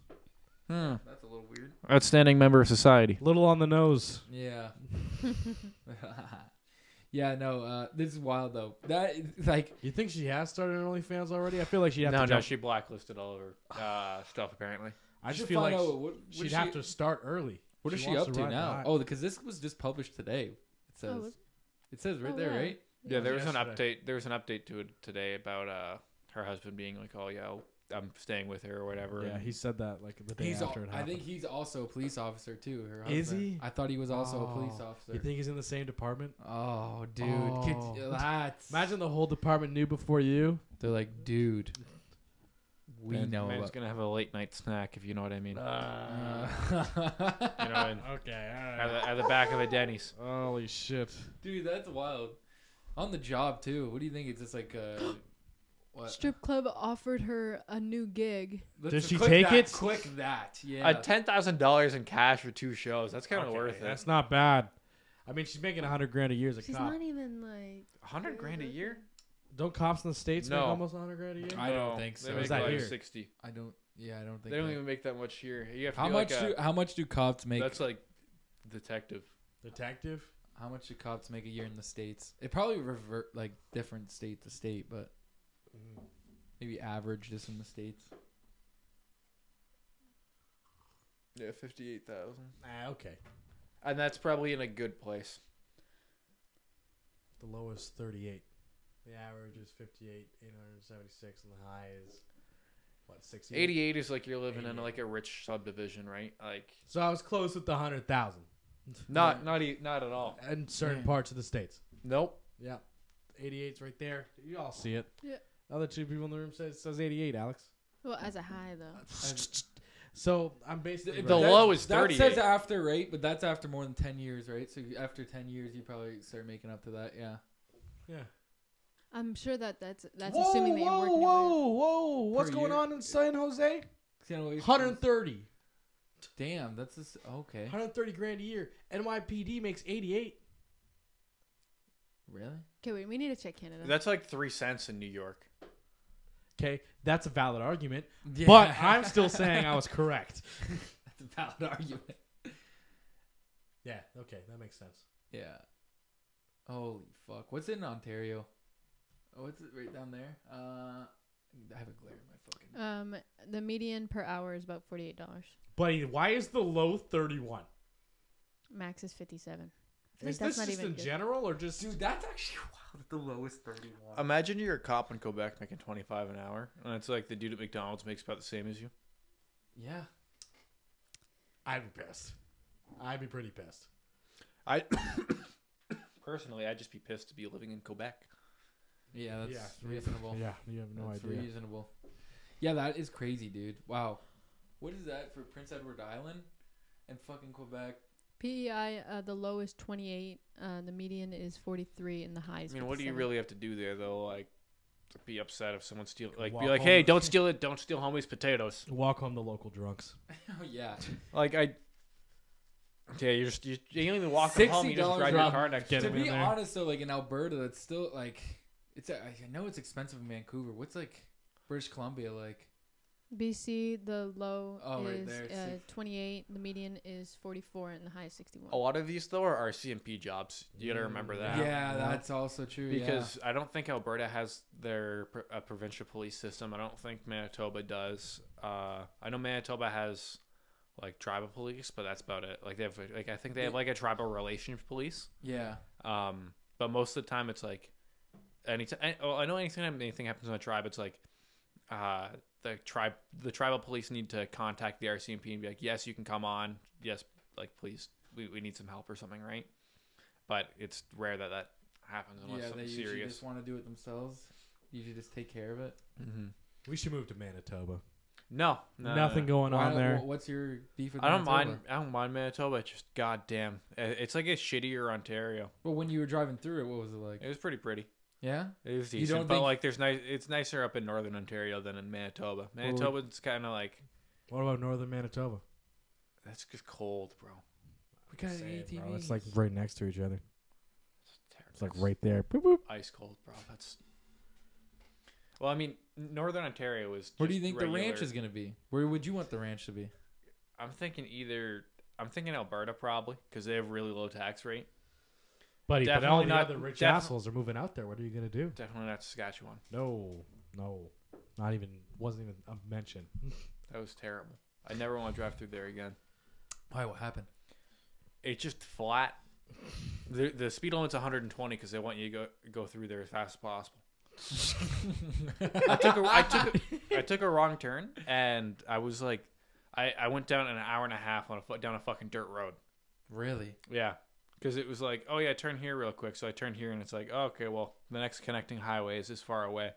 Speaker 1: Hmm.
Speaker 3: That's a little weird.
Speaker 1: Outstanding member of society.
Speaker 2: Little on the nose.
Speaker 3: Yeah. yeah, no, uh, this is wild though. That like
Speaker 2: You think she has started an OnlyFans already? I feel like she'd have
Speaker 1: no,
Speaker 2: to.
Speaker 1: no,
Speaker 2: jump-
Speaker 1: she blacklisted all of her uh, stuff apparently.
Speaker 2: I just
Speaker 3: should
Speaker 2: feel
Speaker 3: find
Speaker 2: like
Speaker 3: out what, what is
Speaker 2: she'd
Speaker 3: she-
Speaker 2: have to start early.
Speaker 3: What is she,
Speaker 2: wants
Speaker 3: up to,
Speaker 2: ride
Speaker 3: now?
Speaker 2: the high.
Speaker 3: Oh, because this was just published today. It says
Speaker 5: Oh, was-
Speaker 3: it says right
Speaker 5: oh,
Speaker 3: there,
Speaker 5: yeah.
Speaker 3: right?
Speaker 1: Yeah, there was an
Speaker 2: Yesterday.
Speaker 1: update. There was an update to it today about uh her husband being like, "Oh yeah, I'll- I'm staying with her or whatever."
Speaker 2: yeah,
Speaker 1: and-
Speaker 2: he said that like the day
Speaker 3: He's
Speaker 2: after
Speaker 3: al-
Speaker 2: it
Speaker 3: I
Speaker 2: happened.
Speaker 3: think he's also a police officer too. Her
Speaker 2: Is
Speaker 3: husband.
Speaker 2: he?
Speaker 3: I thought he was also a police
Speaker 2: Oh,
Speaker 3: officer.
Speaker 2: you think he's in the same department?
Speaker 3: oh, dude,
Speaker 2: Oh.
Speaker 3: Could, that's
Speaker 2: Imagine the whole department knew before you.
Speaker 3: they're like, dude, we
Speaker 1: Man's-
Speaker 3: know uh,
Speaker 1: man's
Speaker 3: about.
Speaker 1: gonna have a late night snack if you know what I mean.
Speaker 3: Uh,
Speaker 1: you know, in-
Speaker 2: Okay.
Speaker 1: at, the, at the back of a Denny's.
Speaker 2: Holy shit.
Speaker 3: dude, that's wild. On the job too. What do you think? It's just like uh, what?
Speaker 5: Strip club offered her a new gig.
Speaker 3: Let's
Speaker 2: Does she
Speaker 3: click
Speaker 2: take
Speaker 3: that,
Speaker 2: it?
Speaker 3: Click that. Yeah.
Speaker 1: Uh, ten thousand dollars in cash for two shows. That's kind of
Speaker 2: Okay,
Speaker 1: worth it.
Speaker 2: That's not bad. I mean, she's making a hundred grand a year as a
Speaker 5: She's
Speaker 2: cop.
Speaker 5: not even like
Speaker 1: hundred grand a year.
Speaker 2: Don't cops in the states
Speaker 1: No.
Speaker 2: make almost a hundred grand a year?
Speaker 3: I don't think so.
Speaker 1: They
Speaker 2: What
Speaker 1: make
Speaker 2: is that
Speaker 1: like
Speaker 2: here?
Speaker 1: sixty.
Speaker 3: I don't. Yeah, I don't think.
Speaker 1: They don't
Speaker 3: that-
Speaker 1: even make that much here. You have to
Speaker 3: how
Speaker 1: do
Speaker 3: much
Speaker 1: like
Speaker 3: do
Speaker 1: a-
Speaker 3: how much do cops make?
Speaker 1: That's like detective.
Speaker 2: Detective.
Speaker 3: How much do cops make a year in the states? It probably revert like different state to state, but
Speaker 1: Mm.
Speaker 3: maybe average just in the states.
Speaker 1: Yeah, fifty-eight thousand.
Speaker 2: Ah, okay.
Speaker 1: And that's probably in a good place.
Speaker 2: The low is 38. The average is 58, 876, and the high is what 60.
Speaker 1: Eighty-eight is like you're living in
Speaker 2: 88.
Speaker 1: like a rich subdivision, right? Like
Speaker 2: So I was close with the hundred thousand
Speaker 1: not not e- not at all.
Speaker 2: in certain
Speaker 3: Yeah.
Speaker 2: parts of the states.
Speaker 1: Nope.
Speaker 2: Yeah, 88's right there. You all see it.
Speaker 5: Yeah.
Speaker 2: The other two people in the room says says 88, Alex.
Speaker 5: well as a high though.
Speaker 2: So I'm basically
Speaker 1: The
Speaker 2: right.
Speaker 1: low is
Speaker 3: That says
Speaker 1: 38.
Speaker 3: after rate, but that's after more than ten years, right? So you- after ten years, you probably start making up to that. Yeah.
Speaker 2: yeah.
Speaker 5: I'm sure that that's that's assuming that you're working. your way up.
Speaker 2: whoa, whoa! What's
Speaker 3: Per
Speaker 2: going
Speaker 3: year.
Speaker 2: on in San Jose?
Speaker 3: Canoas-
Speaker 2: 130,
Speaker 3: Damn, that's just okay.
Speaker 2: 130 grand a year. NYPD makes 88.
Speaker 3: Really?
Speaker 5: Okay, wait, we need to check Canada.
Speaker 1: That's like three cents in New York.
Speaker 2: Okay, that's a valid argument.
Speaker 3: Yeah.
Speaker 2: But I'm still saying I was correct.
Speaker 3: that's a valid argument.
Speaker 2: Yeah. Okay, that makes sense.
Speaker 3: Yeah. Holy fuck! What's in Ontario? Oh, what's it right down there? Uh, I have a glare in my fucking.
Speaker 5: Um, the median per hour is about forty-eight dollars.
Speaker 2: Buddy, why is the low thirty-one?
Speaker 5: Max is fifty-seven. I feel
Speaker 2: Is
Speaker 5: like
Speaker 2: this just in
Speaker 5: good.
Speaker 2: general or just?
Speaker 3: Dude, that's actually wow. that's The lowest thirty-one.
Speaker 1: Imagine you're a cop in Quebec making 25 an hour, and it's like the dude at McDonald's makes about the same as you.
Speaker 3: yeah.
Speaker 2: I'd be pissed. I'd be pretty pissed.
Speaker 1: I personally, I'd just be pissed to be living in Quebec.
Speaker 3: Yeah, that's
Speaker 2: yeah,
Speaker 3: reasonable.
Speaker 2: Yeah, you have no
Speaker 3: that's
Speaker 2: idea.
Speaker 3: reasonable. Yeah, that is crazy, dude. Wow. What is that for Prince Edward Island and fucking Quebec?
Speaker 5: PEI, uh, the low is 28, uh, the median is 43, and the high is.
Speaker 1: I mean, what do you
Speaker 5: 57.
Speaker 1: really have to do there though? Like, to be upset if someone steal, like,
Speaker 2: Walk
Speaker 1: be like,
Speaker 2: home.
Speaker 1: hey, don't steal it, don't steal homie's potatoes.
Speaker 2: Walk home the local drunks.
Speaker 3: Oh yeah.
Speaker 1: Like, I. Yeah, you're just you, you don't even walk them home. You just
Speaker 3: $60
Speaker 1: drive your
Speaker 3: drop.
Speaker 1: car next
Speaker 2: Get
Speaker 1: to
Speaker 3: to
Speaker 2: him
Speaker 1: me.
Speaker 2: in
Speaker 3: be
Speaker 2: there.
Speaker 3: honest though, like in Alberta, that's still like it's. I I know it's expensive in Vancouver. What's like British Columbia like?
Speaker 5: BC, the low
Speaker 3: Oh, right
Speaker 5: is
Speaker 3: there, it's
Speaker 5: uh,
Speaker 3: six-
Speaker 5: 28, the median is 44, and the high is 61.
Speaker 3: Oh.
Speaker 1: A lot of these though are RCMP jobs. You gotta remember that.
Speaker 2: Yeah.
Speaker 3: Yeah,
Speaker 2: Yeah.
Speaker 3: that's also true.
Speaker 1: because I don't think Alberta has their pr- a provincial police system. I don't think Manitoba does. Uh, I know Manitoba has like tribal police, but that's about it. Like they have like I think they have like a tribal relations police.
Speaker 3: yeah, yeah.
Speaker 1: Um, but most of the time it's like anytime. I, oh, I know anytime anything happens in a tribe, it's like uh, the tribe the tribal police need to contact the RCMP and be like, yes, you can come on. Yes, like please, we, we need some help or something, right? But it's rare that that happens unless
Speaker 3: yeah, they
Speaker 1: something
Speaker 3: usually
Speaker 1: serious.
Speaker 3: just want to do it themselves. Usually just take care of it.
Speaker 1: Mm-hmm.
Speaker 2: We should move to Manitoba.
Speaker 1: No, no,
Speaker 2: Nothing
Speaker 1: no,
Speaker 2: going
Speaker 3: Why
Speaker 2: on
Speaker 3: don't-
Speaker 2: there.
Speaker 3: wh- What's your beef with
Speaker 1: no. I don't
Speaker 3: Manitoba?
Speaker 1: mind. I don't mind Manitoba. It's just goddamn. it- It's like a shittier Ontario.
Speaker 3: But when you were driving through it, what was it like?
Speaker 1: It was pretty pretty.
Speaker 3: Yeah.
Speaker 1: It was
Speaker 3: You
Speaker 1: decent,
Speaker 3: don't
Speaker 1: but
Speaker 3: think-
Speaker 1: like there's nice. It's nicer up in northern Ontario than in Manitoba. Manitoba's kind of like
Speaker 2: What about northern Manitoba?
Speaker 1: that's just cold, bro.
Speaker 3: We got
Speaker 2: Say
Speaker 3: an
Speaker 2: it,
Speaker 3: ATV.
Speaker 2: bro. It's like right next to each other.
Speaker 1: It's, terrible.
Speaker 2: It's like right there. Boop, boop.
Speaker 1: ice cold, bro. That's. Well, I mean, northern Ontario is.
Speaker 3: Where do you
Speaker 1: just
Speaker 3: think the ranch
Speaker 1: regular.
Speaker 3: is gonna be? Where would you want the ranch to be?
Speaker 1: I'm thinking either. I'm thinking Alberta probably because they have really low tax rate.
Speaker 2: Buddy, but all
Speaker 1: Definitely
Speaker 2: the
Speaker 1: not-
Speaker 2: other rich
Speaker 1: defi-
Speaker 2: assholes are moving out there. What are you gonna do?
Speaker 1: Definitely not Saskatchewan.
Speaker 2: No, no, not even. Wasn't even a mention.
Speaker 1: That was terrible. I never want to drive through there again.
Speaker 3: Why? What happened?
Speaker 1: it's just flat. The, the speed limit's 120 because they want you to go go through there as fast as possible. I took a, I took a, I took a wrong turn and I was like, I, I went down an hour and a half on a foot down a fucking dirt road.
Speaker 3: Really?
Speaker 1: Yeah, because it was like, oh yeah, turn here real quick. So I turned here and it's like, oh, okay, well the next connecting highway is this far away.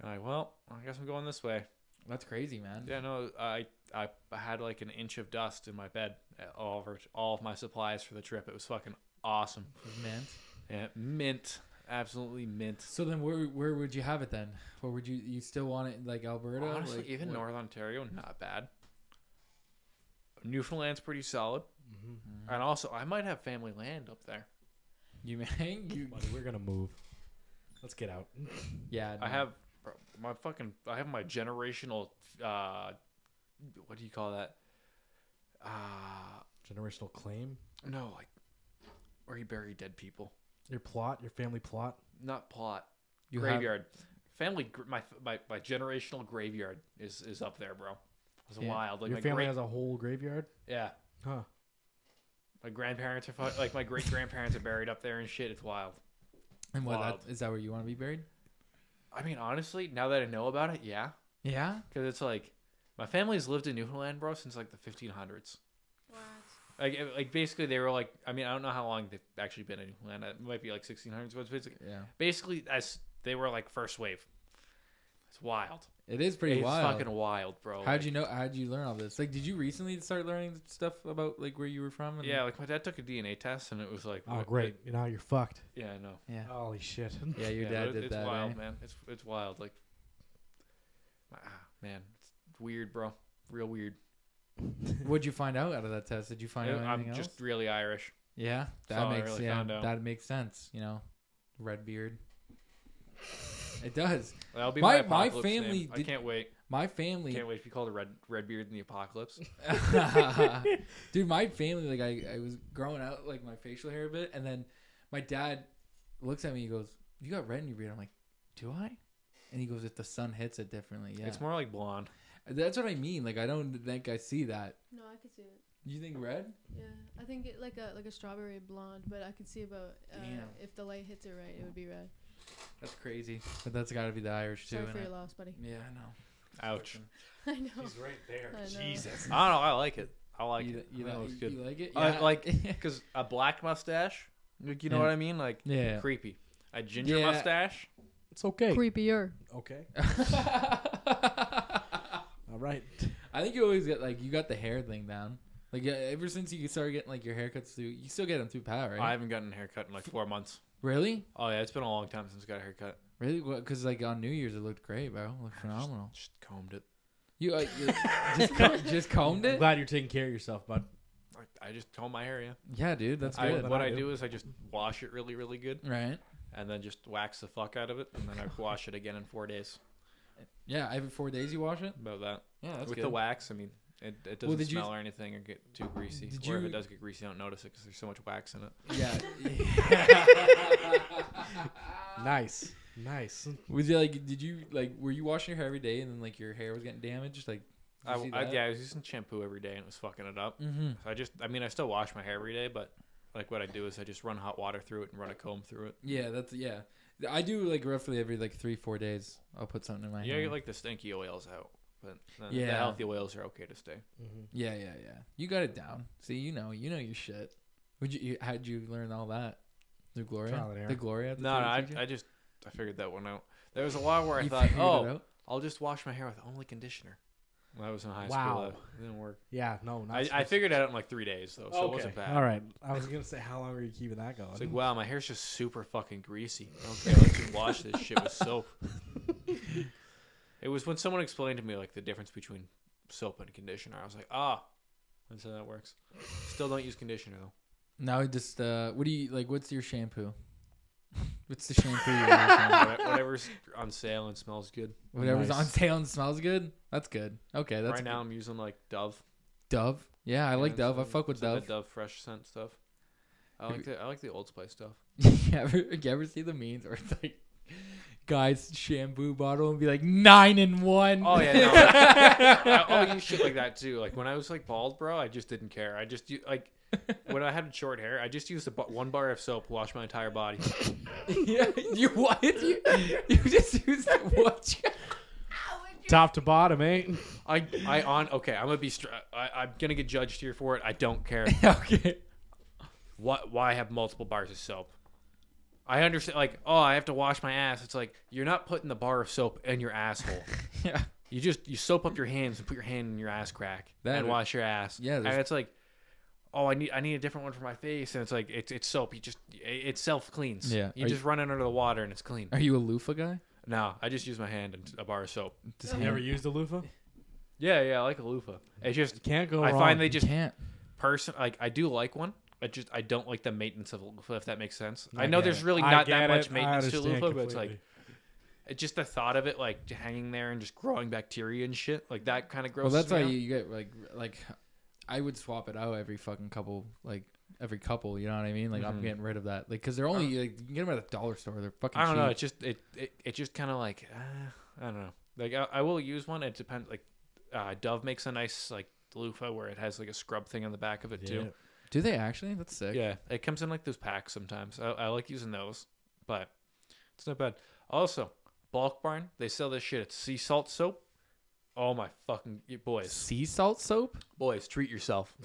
Speaker 1: And I'm like, well, I guess I'm going this way.
Speaker 3: That's crazy, man.
Speaker 1: Yeah, no, I I had like an inch of dust in my bed. eh, All of, all of my supplies for the trip. It was fucking awesome.
Speaker 3: Man.
Speaker 1: Yeah, mint, absolutely mint.
Speaker 3: So then, where where would you have it then? What would you you still want it like Alberta?
Speaker 1: Honestly,
Speaker 3: like,
Speaker 1: even
Speaker 3: what-
Speaker 1: North Ontario, not bad. Newfoundland's pretty solid,
Speaker 3: Mm-hmm.
Speaker 1: and also I might have family land up there.
Speaker 3: You man, you,
Speaker 2: Buddy, we're gonna move. Let's get out.
Speaker 3: yeah.
Speaker 1: I
Speaker 3: no.
Speaker 1: have bro, my fucking I have my generational uh, what do you call that? Uh
Speaker 2: Generational claim.
Speaker 1: no, like where you bury dead people,
Speaker 2: Your plot. Your family plot.
Speaker 1: not plot.
Speaker 3: you have-
Speaker 1: graveyard. Family, gr- my, my my generational graveyard is is up there, bro. It's
Speaker 3: Yeah.
Speaker 1: wild. Like
Speaker 2: your
Speaker 1: my
Speaker 2: family
Speaker 1: great,
Speaker 2: has a whole graveyard.
Speaker 1: yeah.
Speaker 2: Huh.
Speaker 1: My grandparents are fu- like my great grandparents are buried up there and shit. It's wild.
Speaker 3: and what that
Speaker 1: wild.
Speaker 3: is that where you want to be buried?
Speaker 1: I mean, honestly, now that I know about it, yeah,
Speaker 3: Yeah.
Speaker 1: because it's like my family's lived in Newfoundland, bro, since like the 1500s. Like, it- like basically, they were like, I mean, I don't know how long they've actually been in Newfoundland. It might be like 1600s, but it's basically,
Speaker 3: Yeah.
Speaker 1: basically as they were like first wave. It's wild.
Speaker 3: It is pretty
Speaker 1: it's
Speaker 3: wild.
Speaker 1: fucking wild, bro.
Speaker 3: How'd
Speaker 1: Like-
Speaker 3: you know? How'd you learn all this? Like, did you recently start learning stuff about like where you were from? and-
Speaker 1: Yeah, like my dad took a DNA test and it was like,
Speaker 2: Oh,
Speaker 1: what-
Speaker 2: great. now you're fucked.
Speaker 1: yeah, I know.
Speaker 3: Yeah.
Speaker 2: Holy shit.
Speaker 3: Yeah. Your
Speaker 1: Yeah,
Speaker 3: dad
Speaker 1: but
Speaker 3: did
Speaker 1: it's
Speaker 3: that.
Speaker 1: wild,
Speaker 3: eh?
Speaker 1: man. It's it's wild. Like, ah, man, it's weird, bro. Real weird. Uh,
Speaker 3: What'd you find out out of that test? Did you find out anything
Speaker 1: I'm
Speaker 3: else?
Speaker 1: just really Irish.
Speaker 3: Yeah,
Speaker 1: That's
Speaker 3: that
Speaker 1: all I
Speaker 3: makes
Speaker 1: really
Speaker 3: yeah,
Speaker 1: found out.
Speaker 3: that makes sense. You know, red beard. It does.
Speaker 1: That'll be my,
Speaker 3: My- my
Speaker 1: apocalypse name.
Speaker 3: family
Speaker 1: I
Speaker 3: did-
Speaker 1: can't wait.
Speaker 3: My family
Speaker 1: Can't wait to be called a red Redbeard in the apocalypse.
Speaker 3: dude my family like I, I was growing out like my facial hair a bit and then my dad looks at me he goes you got red in your beard i'm like do i and he goes if the sun hits it differently yeah
Speaker 1: It's more like blonde.
Speaker 3: that's what i mean like i don't think i see that
Speaker 5: No, I could see it.
Speaker 3: you think red
Speaker 5: Yeah, I think it, like a like a strawberry blonde, but I could see about uh,
Speaker 3: Damn.
Speaker 5: if the light hits it right, it would be red.
Speaker 3: that's crazy but that's got to be the irish too
Speaker 5: Sorry for
Speaker 3: innit?
Speaker 5: your loss, buddy.
Speaker 3: yeah i know
Speaker 1: Ouch.
Speaker 5: I know.
Speaker 2: He's right there.
Speaker 5: I know.
Speaker 2: Jesus.
Speaker 1: I don't know. I like it. I like
Speaker 3: you,
Speaker 1: it.
Speaker 3: you,
Speaker 1: that
Speaker 3: know,
Speaker 1: was
Speaker 3: you,
Speaker 1: good.
Speaker 3: you like it
Speaker 1: I like because a black mustache. Like, you know
Speaker 3: Yeah.
Speaker 1: what I mean? Like
Speaker 3: Yeah.
Speaker 1: creepy. A ginger
Speaker 3: Yeah.
Speaker 1: mustache.
Speaker 2: It's okay.
Speaker 5: Creepier.
Speaker 2: Okay.
Speaker 3: yeah
Speaker 2: All right.
Speaker 3: I think you always get like you got the hair thing down. Like uh, ever since you started getting like your haircuts through, you still get them through Pat, right?
Speaker 1: I haven't gotten a haircut in like four months.
Speaker 3: really,
Speaker 1: Oh yeah, it's been a long time since I got a haircut.
Speaker 3: really, because like on New Year's it looked great, bro. It looked phenomenal.
Speaker 1: Just combed it.
Speaker 3: You, uh, you just co- just combed
Speaker 2: I'm
Speaker 3: it.
Speaker 2: glad you're taking care of yourself, bud.
Speaker 1: I, I just comb my hair. Yeah.
Speaker 3: Yeah, dude, that's
Speaker 1: I,
Speaker 3: good.
Speaker 2: than
Speaker 1: what
Speaker 2: I
Speaker 1: I
Speaker 2: do.
Speaker 1: do is I just wash it really, really good,
Speaker 3: right?
Speaker 1: and then just wax the fuck out of it, and then I wash it again in four days.
Speaker 3: Yeah, every four days you wash it.
Speaker 1: About that.
Speaker 3: Yeah, that's
Speaker 1: With
Speaker 3: good.
Speaker 1: the wax, I mean, it, it doesn't
Speaker 3: Well, did you-
Speaker 1: smell or anything or get too greasy.
Speaker 3: Did
Speaker 1: or if
Speaker 3: you-
Speaker 1: it does get greasy, I don't notice it because there's so much wax in it.
Speaker 5: Oh,
Speaker 3: yeah.
Speaker 2: Nice. Nice.
Speaker 3: was it like? Did you like? Were you washing your hair every day, and then like your hair was getting damaged? Like, did
Speaker 1: I,
Speaker 3: you see
Speaker 1: I-
Speaker 3: that?
Speaker 1: yeah, I was using shampoo every day and it was fucking it up.
Speaker 3: Mm-hmm.
Speaker 1: So I just, I mean, I still wash my hair every day, but like what I do is I just run hot water through it and run a comb through it.
Speaker 3: Yeah, that's yeah. I do like roughly every like three four days. I'll put something in my
Speaker 1: Yeah,
Speaker 3: hair.
Speaker 1: you like the stinky oils out, but the, the
Speaker 3: Yeah.
Speaker 1: healthy oils are okay to stay.
Speaker 2: Mm-hmm.
Speaker 3: yeah, yeah, yeah. You got it down. See, you know, you know your shit. Would you? you how'd you learn all that? The Gloria.
Speaker 2: Trial and error.
Speaker 3: The Gloria. at the
Speaker 1: No, no, I,
Speaker 3: theater teacher?
Speaker 1: I just, I figured that one out. There was a while where I
Speaker 3: You
Speaker 1: thought,
Speaker 3: figured it
Speaker 1: oh,
Speaker 3: out?
Speaker 1: I'll just wash my hair with only conditioner. When I was in high
Speaker 2: Wow.
Speaker 1: school, that didn't work.
Speaker 2: Yeah, no, not
Speaker 1: I, I
Speaker 2: supposed-
Speaker 1: figured it out in like three days though, so it
Speaker 2: Okay.
Speaker 1: wasn't bad.
Speaker 2: All right. I was gonna say, how long are you keeping that going?
Speaker 1: It's like wow, my hair's just super fucking greasy. Okay, let's just wash this shit with soap. it was when someone explained to me like the difference between soap and conditioner. I was like, ah, that's how that works. Still don't use conditioner though.
Speaker 3: now I just uh, what do you like? What's your shampoo? What's the shampoo? You're using?
Speaker 1: Whatever- Whatever's on sale and smells good.
Speaker 3: Whatever's
Speaker 2: Nice.
Speaker 3: on sale and smells good. That's good. Okay, that's
Speaker 1: right now,
Speaker 3: good.
Speaker 1: I'm using like Dove.
Speaker 3: Dove. Yeah, I like
Speaker 1: and
Speaker 3: Dove. I
Speaker 1: some-
Speaker 3: fuck with
Speaker 1: some of
Speaker 3: Dove.
Speaker 1: the Dove fresh scent stuff. I like the I like the Old Spice stuff.
Speaker 3: you ever you ever see the memes where it's like guys shampoo bottle and be like nine in one?
Speaker 1: Oh yeah, no. I, I'll use shit like that too. Like when I was like bald, bro, I just didn't care. I just u- like when I had short hair, I just used a, bu- one bar of soap to wash my entire body.
Speaker 3: yeah. You what? You, you just use that watch.
Speaker 2: Top to bottom, eh?
Speaker 1: I I on okay. I'm gonna be str- I, I'm gonna get judged here for it. I don't care.
Speaker 3: okay.
Speaker 1: What? Why have multiple bars of soap? I understand. Like oh, I have to wash my ass. It's like you're not putting the bar of soap in your asshole.
Speaker 3: Yeah.
Speaker 1: You just you soap up your hands and put your hand in your ass crack
Speaker 3: That
Speaker 1: and
Speaker 3: or-
Speaker 1: wash your ass.
Speaker 3: Yeah,
Speaker 1: and
Speaker 3: there's-
Speaker 1: it's like, oh, I need I need a different one for my face, and it's like it's it's soap. You just it, it self cleans.
Speaker 3: Yeah.
Speaker 1: you
Speaker 3: Are
Speaker 1: just run it under the water and it's clean.
Speaker 3: Are you a loofah guy?
Speaker 1: No, I just use my hand and a bar of soap.
Speaker 3: Just
Speaker 2: You
Speaker 3: hand-
Speaker 2: ever used a loofah?
Speaker 1: Yeah, yeah, I like a loofah. It's just
Speaker 2: Can't go
Speaker 1: I
Speaker 2: wrong.
Speaker 1: find they
Speaker 3: You
Speaker 1: just
Speaker 3: can't.
Speaker 1: person like I do like one. I just I don't like the maintenance of a loofah if that makes sense. I,
Speaker 2: I
Speaker 1: know
Speaker 2: get
Speaker 1: there's
Speaker 2: it.
Speaker 1: really
Speaker 2: I
Speaker 1: not
Speaker 2: get
Speaker 1: that much
Speaker 2: it. I
Speaker 1: maintenance to a loofah,
Speaker 2: understand
Speaker 1: but it's like
Speaker 2: completely.
Speaker 1: it's just the thought of it like hanging there and just growing bacteria and shit like that kind of
Speaker 3: Well,
Speaker 1: grosses
Speaker 3: that's
Speaker 1: me
Speaker 3: why
Speaker 1: out.
Speaker 3: you, you get like like I would swap it out every fucking couple like every couple. You know what I mean? Like I'm
Speaker 1: Mhm.
Speaker 3: getting rid of that. Like because they're only like you can get them at the dollar store. They're fucking.
Speaker 1: Oh. I don't know.
Speaker 3: cheap.
Speaker 1: It's just it it, it just kind of like uh, I don't know. Like I, I will use one. It depends. Like uh, Dove makes a nice like loofah where it has like a scrub thing on the back of it too.
Speaker 3: Do they actually? That's sick.
Speaker 1: Yeah, it comes in like those packs sometimes. I, I like using those, but it's not bad. Also, Bulk Barn they sell this shit. It's sea salt soap. Oh my fucking boys,
Speaker 3: Sea salt soap.
Speaker 1: boys, treat yourself.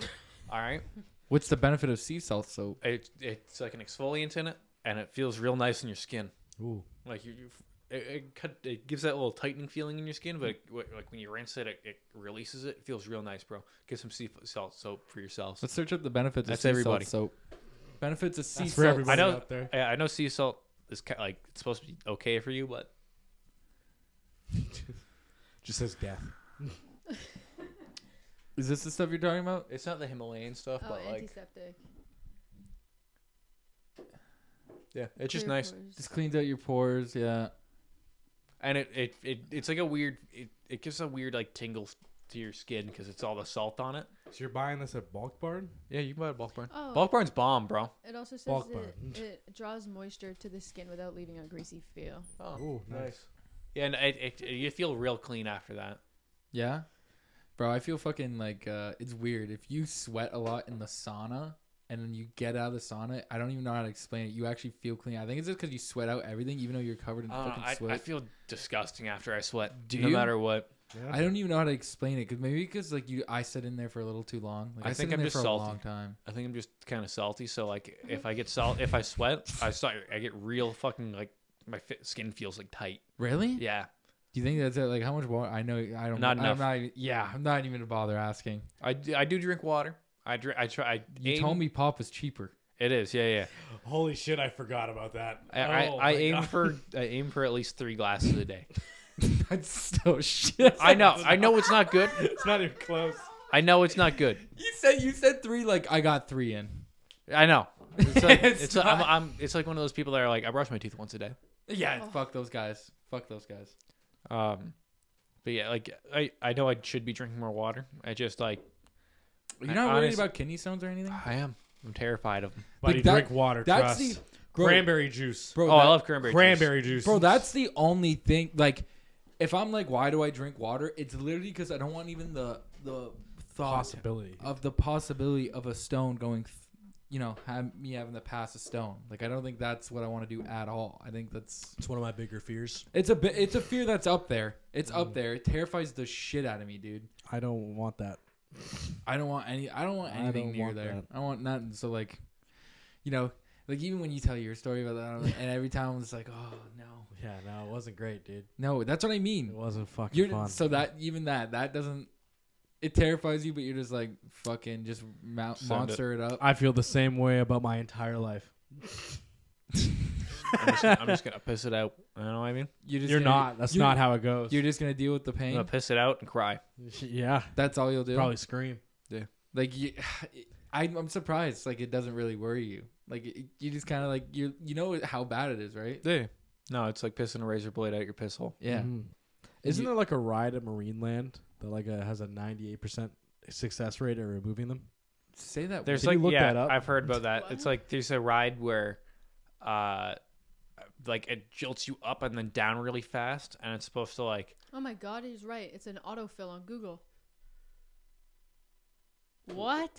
Speaker 1: All right,
Speaker 3: What's the benefit of sea salt soap?
Speaker 1: it, it's like an exfoliant in it, and it feels real nice in your skin.
Speaker 2: Ooh.
Speaker 1: like you, you it, it, cut, it gives that little tightening feeling in your skin but it, wh- like when you rinse it, it it releases it. it feels real nice bro get some sea salt soap for yourselves
Speaker 3: Let's search up the benefits
Speaker 1: That's
Speaker 3: of sea
Speaker 1: everybody.
Speaker 3: salt soap. Benefits of sea
Speaker 2: That's for
Speaker 3: salt.
Speaker 1: i
Speaker 2: everybody
Speaker 1: know
Speaker 2: out there.
Speaker 1: I, I know sea salt is ki like it's supposed to be okay for you but
Speaker 2: Just says death.
Speaker 3: Is this the stuff you're talking about?
Speaker 1: it's not the himalayan stuff
Speaker 5: Oh,
Speaker 1: but like
Speaker 5: antiseptic.
Speaker 1: yeah it's just
Speaker 5: Clear
Speaker 1: nice
Speaker 5: pores.
Speaker 3: Just cleans out your pores. Yeah.
Speaker 1: and it, it, it it's like a weird it, it gives a weird like tingle to your skin because it's all the salt on it.
Speaker 2: So you're buying this at Bulk Barn?
Speaker 1: Yeah, you can buy a bulk barn.
Speaker 5: Oh.
Speaker 1: Bulk barn's bomb, bro.
Speaker 5: It also says
Speaker 2: Bulk
Speaker 5: it,
Speaker 2: bar.
Speaker 5: it draws moisture to the skin without leaving a greasy feel.
Speaker 1: Oh,
Speaker 2: Ooh, nice.
Speaker 1: Yeah, and it, it, it- you feel real clean after that.
Speaker 3: Yeah. Bro, I feel fucking like uh, it's weird. If you sweat a lot in the sauna and then you get out of the sauna, I don't even know how to explain it. You actually feel clean. I think it's just because you sweat out everything, even though you're covered in
Speaker 1: Uh, I, don't know,
Speaker 3: fucking
Speaker 1: I,
Speaker 3: sweat.
Speaker 1: I feel disgusting after I sweat.
Speaker 3: Do
Speaker 1: no
Speaker 3: you?
Speaker 1: matter what.
Speaker 2: Yeah.
Speaker 3: I don't even know how to explain it because maybe because like you, I sit in there for a little too long. Like,
Speaker 1: I
Speaker 3: I, sit
Speaker 1: think
Speaker 3: in
Speaker 1: I'm
Speaker 3: there
Speaker 1: just
Speaker 3: for
Speaker 1: salty.
Speaker 3: a long time.
Speaker 1: I think I'm just kind of salty. So like, if I get salt, if I sweat, I start, I get real fucking like my fi- skin feels like tight.
Speaker 3: Really?
Speaker 1: Yeah,
Speaker 3: Do you think that's it? Like how much water? I know I don't.
Speaker 1: Not
Speaker 3: I'm
Speaker 1: enough.
Speaker 3: not even, yeah, I'm not even gonna bother asking.
Speaker 1: I, do- I do drink water. I drink. I try. I
Speaker 3: You
Speaker 1: aim-
Speaker 3: told me pop was cheaper.
Speaker 1: it is. Yeah, yeah.
Speaker 2: Holy shit, I forgot about that.
Speaker 1: I, I,
Speaker 2: Oh
Speaker 1: I
Speaker 2: my
Speaker 1: aim
Speaker 2: God.
Speaker 1: for I aim for at least three glasses a day.
Speaker 3: that's so shit.
Speaker 1: I know. I know it's not good.
Speaker 2: It's not even close.
Speaker 1: I know it's not good.
Speaker 3: You said you said three. Like I got three in.
Speaker 1: I know. It's like, it's
Speaker 3: It's
Speaker 1: like- I'm,
Speaker 3: not-
Speaker 1: I'm it's like one of those people that are like I brush my teeth once a day.
Speaker 3: Yeah,
Speaker 5: Oh.
Speaker 3: fuck those guys. Fuck those guys.
Speaker 1: Um, but yeah, like I I know I should be drinking more water. I just like
Speaker 3: You're
Speaker 1: I
Speaker 3: not worried
Speaker 1: honest-
Speaker 3: about kidney stones or anything?
Speaker 1: I am. I'm terrified of them.
Speaker 2: Buddy,
Speaker 3: that-
Speaker 2: drink water.
Speaker 3: that's
Speaker 2: trust.
Speaker 3: the- bro-
Speaker 2: cranberry juice.
Speaker 3: Bro,
Speaker 1: Oh,
Speaker 3: that-
Speaker 1: I love cranberry. juice.
Speaker 2: cranberry juice.
Speaker 3: Bro, that's the only thing. Like, if I'm like, why do I drink water? It's literally because I don't want even the the thought
Speaker 2: possibility.
Speaker 3: of the possibility of a stone going, th- you know, have me having to pass a stone. Like, I don't think that's what I want to do at all. I think that's
Speaker 2: It's one of my bigger fears.
Speaker 3: it's a bit. It's a fear that's up there. It's
Speaker 2: Mm.
Speaker 3: up there. It terrifies the shit out of me, dude.
Speaker 2: I don't want that.
Speaker 3: I don't want any. I don't want
Speaker 2: I
Speaker 3: anything
Speaker 2: don't
Speaker 3: near
Speaker 2: want
Speaker 3: there.
Speaker 2: that.
Speaker 3: I want nothing. So like, you know, like even when you tell your story about that, I'm- and every time I'm just like, oh no,
Speaker 2: Yeah, no, it wasn't great, dude.
Speaker 3: no, that's what I
Speaker 2: It
Speaker 3: mean.
Speaker 2: wasn't fucking
Speaker 3: You're
Speaker 2: fun.
Speaker 3: so that even that that doesn't. It terrifies you, but you're just like fucking just mount,
Speaker 1: Send it.
Speaker 3: monster it. up.
Speaker 2: I feel the same way about my entire life.
Speaker 1: I'm just, I'm just gonna piss it out. You know what I mean?
Speaker 3: You're just
Speaker 2: You're
Speaker 3: gonna-
Speaker 2: not. That's
Speaker 3: you're-
Speaker 2: not how it goes.
Speaker 3: You're just gonna deal with the
Speaker 1: I'm gonna
Speaker 3: pain.
Speaker 1: piss it out and cry.
Speaker 2: yeah,
Speaker 3: That's all you'll do.
Speaker 2: probably scream.
Speaker 3: Like you, I'm, I'm surprised. Like it doesn't really worry you. Like it, you just kind of like you. You know how bad it is, right?
Speaker 1: Yeah. No, it's like pissing a razor blade out your piss hole.
Speaker 3: Yeah.
Speaker 2: Mhm. Isn't
Speaker 3: You-
Speaker 2: there like a ride at Marineland that like uh has a 98% success rate at removing them?
Speaker 3: Say that.
Speaker 1: There's
Speaker 2: Can
Speaker 1: like
Speaker 2: you look
Speaker 1: yeah,
Speaker 2: that up?
Speaker 1: I've heard about that. It's
Speaker 5: What?
Speaker 1: like there's a ride where, uh, like it jolts you up and then down really fast, and it's supposed to like
Speaker 5: Oh my god, he's right. It's an autofill on Google. What?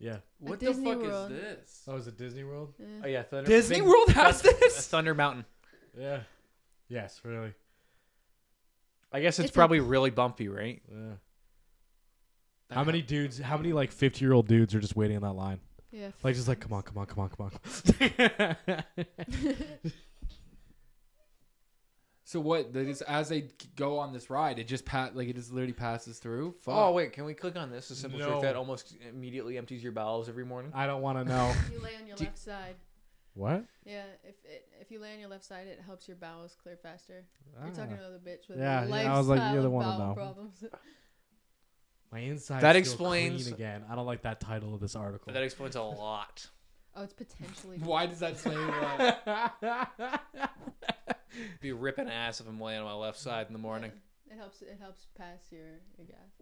Speaker 2: Yeah.
Speaker 3: what the
Speaker 5: Disney
Speaker 3: fuck
Speaker 5: World.
Speaker 3: is this?
Speaker 2: Oh, is it Disney World?
Speaker 5: Eh.
Speaker 1: oh yeah, Thunder,
Speaker 3: Disney
Speaker 1: Big-
Speaker 3: World has
Speaker 1: Thun-
Speaker 3: this?
Speaker 1: Thunder Mountain.
Speaker 2: Yeah. Yes, really.
Speaker 1: I guess it's,
Speaker 5: It's a-
Speaker 1: probably really bumpy, right?
Speaker 2: Yeah. How many dudes? How many like 50 year old dudes are just waiting in that line?
Speaker 5: Yeah.
Speaker 2: Like just like come on, come on, come on, come on.
Speaker 3: So what? They just as they go on this ride, it just pat like it just literally passes through. Fuck.
Speaker 1: Oh wait, can we click on this? A simple
Speaker 2: No.
Speaker 1: trick that almost immediately empties your bowels every morning.
Speaker 2: I don't want to know.
Speaker 5: you lay on your
Speaker 3: Do-
Speaker 5: left side.
Speaker 2: what?
Speaker 5: Yeah, if it, if you lay on your left side, it helps your bowels clear faster.
Speaker 2: Ah.
Speaker 5: You're talking to another bitch with
Speaker 2: Yeah,
Speaker 5: yeah,
Speaker 2: yeah, I was like, you're the
Speaker 5: of
Speaker 2: one to
Speaker 5: bowel
Speaker 2: know.
Speaker 5: problems.
Speaker 2: My insides
Speaker 1: That
Speaker 2: feel
Speaker 1: explains-
Speaker 2: clean again. I don't like that title of this article.
Speaker 1: That explains a lot.
Speaker 5: Oh, it's potentially.
Speaker 3: Why does that say uh, that?
Speaker 1: Be ripping ass if I'm laying on my left side in the morning.
Speaker 5: It helps. It helps pass your your gas.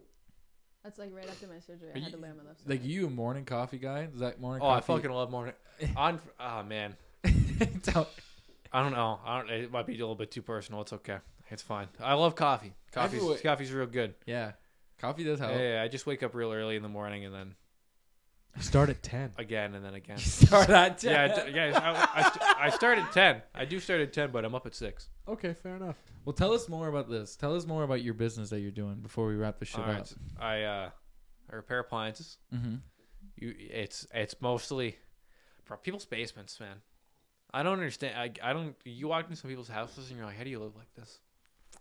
Speaker 5: That's like right after my surgery.
Speaker 3: Are
Speaker 5: I had
Speaker 3: you-
Speaker 5: to lay on my left side.
Speaker 3: like you a morning coffee guy? Is that morning
Speaker 1: Oh, I
Speaker 3: coffee?
Speaker 1: fucking love morning. On oh man,
Speaker 3: fucking
Speaker 1: I don't know. I don't. It might be a little bit too personal. It's okay. It's fine. I Oh. love coffee. Coffee's
Speaker 3: Everyone-
Speaker 1: coffee's real good.
Speaker 3: Yeah. Coffee does help.
Speaker 1: Yeah, yeah, I just wake up real early in the morning and then
Speaker 2: Start at 10.
Speaker 1: again and then again.
Speaker 3: Start at
Speaker 1: yeah,
Speaker 3: ten.
Speaker 1: I d- yeah. I, I, st- I start at ten. I do start at ten, but I'm up at six.
Speaker 2: Okay, fair enough.
Speaker 3: Well, tell us more about this. Tell us more about your business that you're doing before we wrap this shit
Speaker 1: All
Speaker 3: up.
Speaker 1: right. I uh, I repair appliances.
Speaker 3: Mm-hmm.
Speaker 1: You, it's it's mostly from people's basements, man. I don't understand. I, I don't. You walk into some people's houses and you're like, how do you live like this?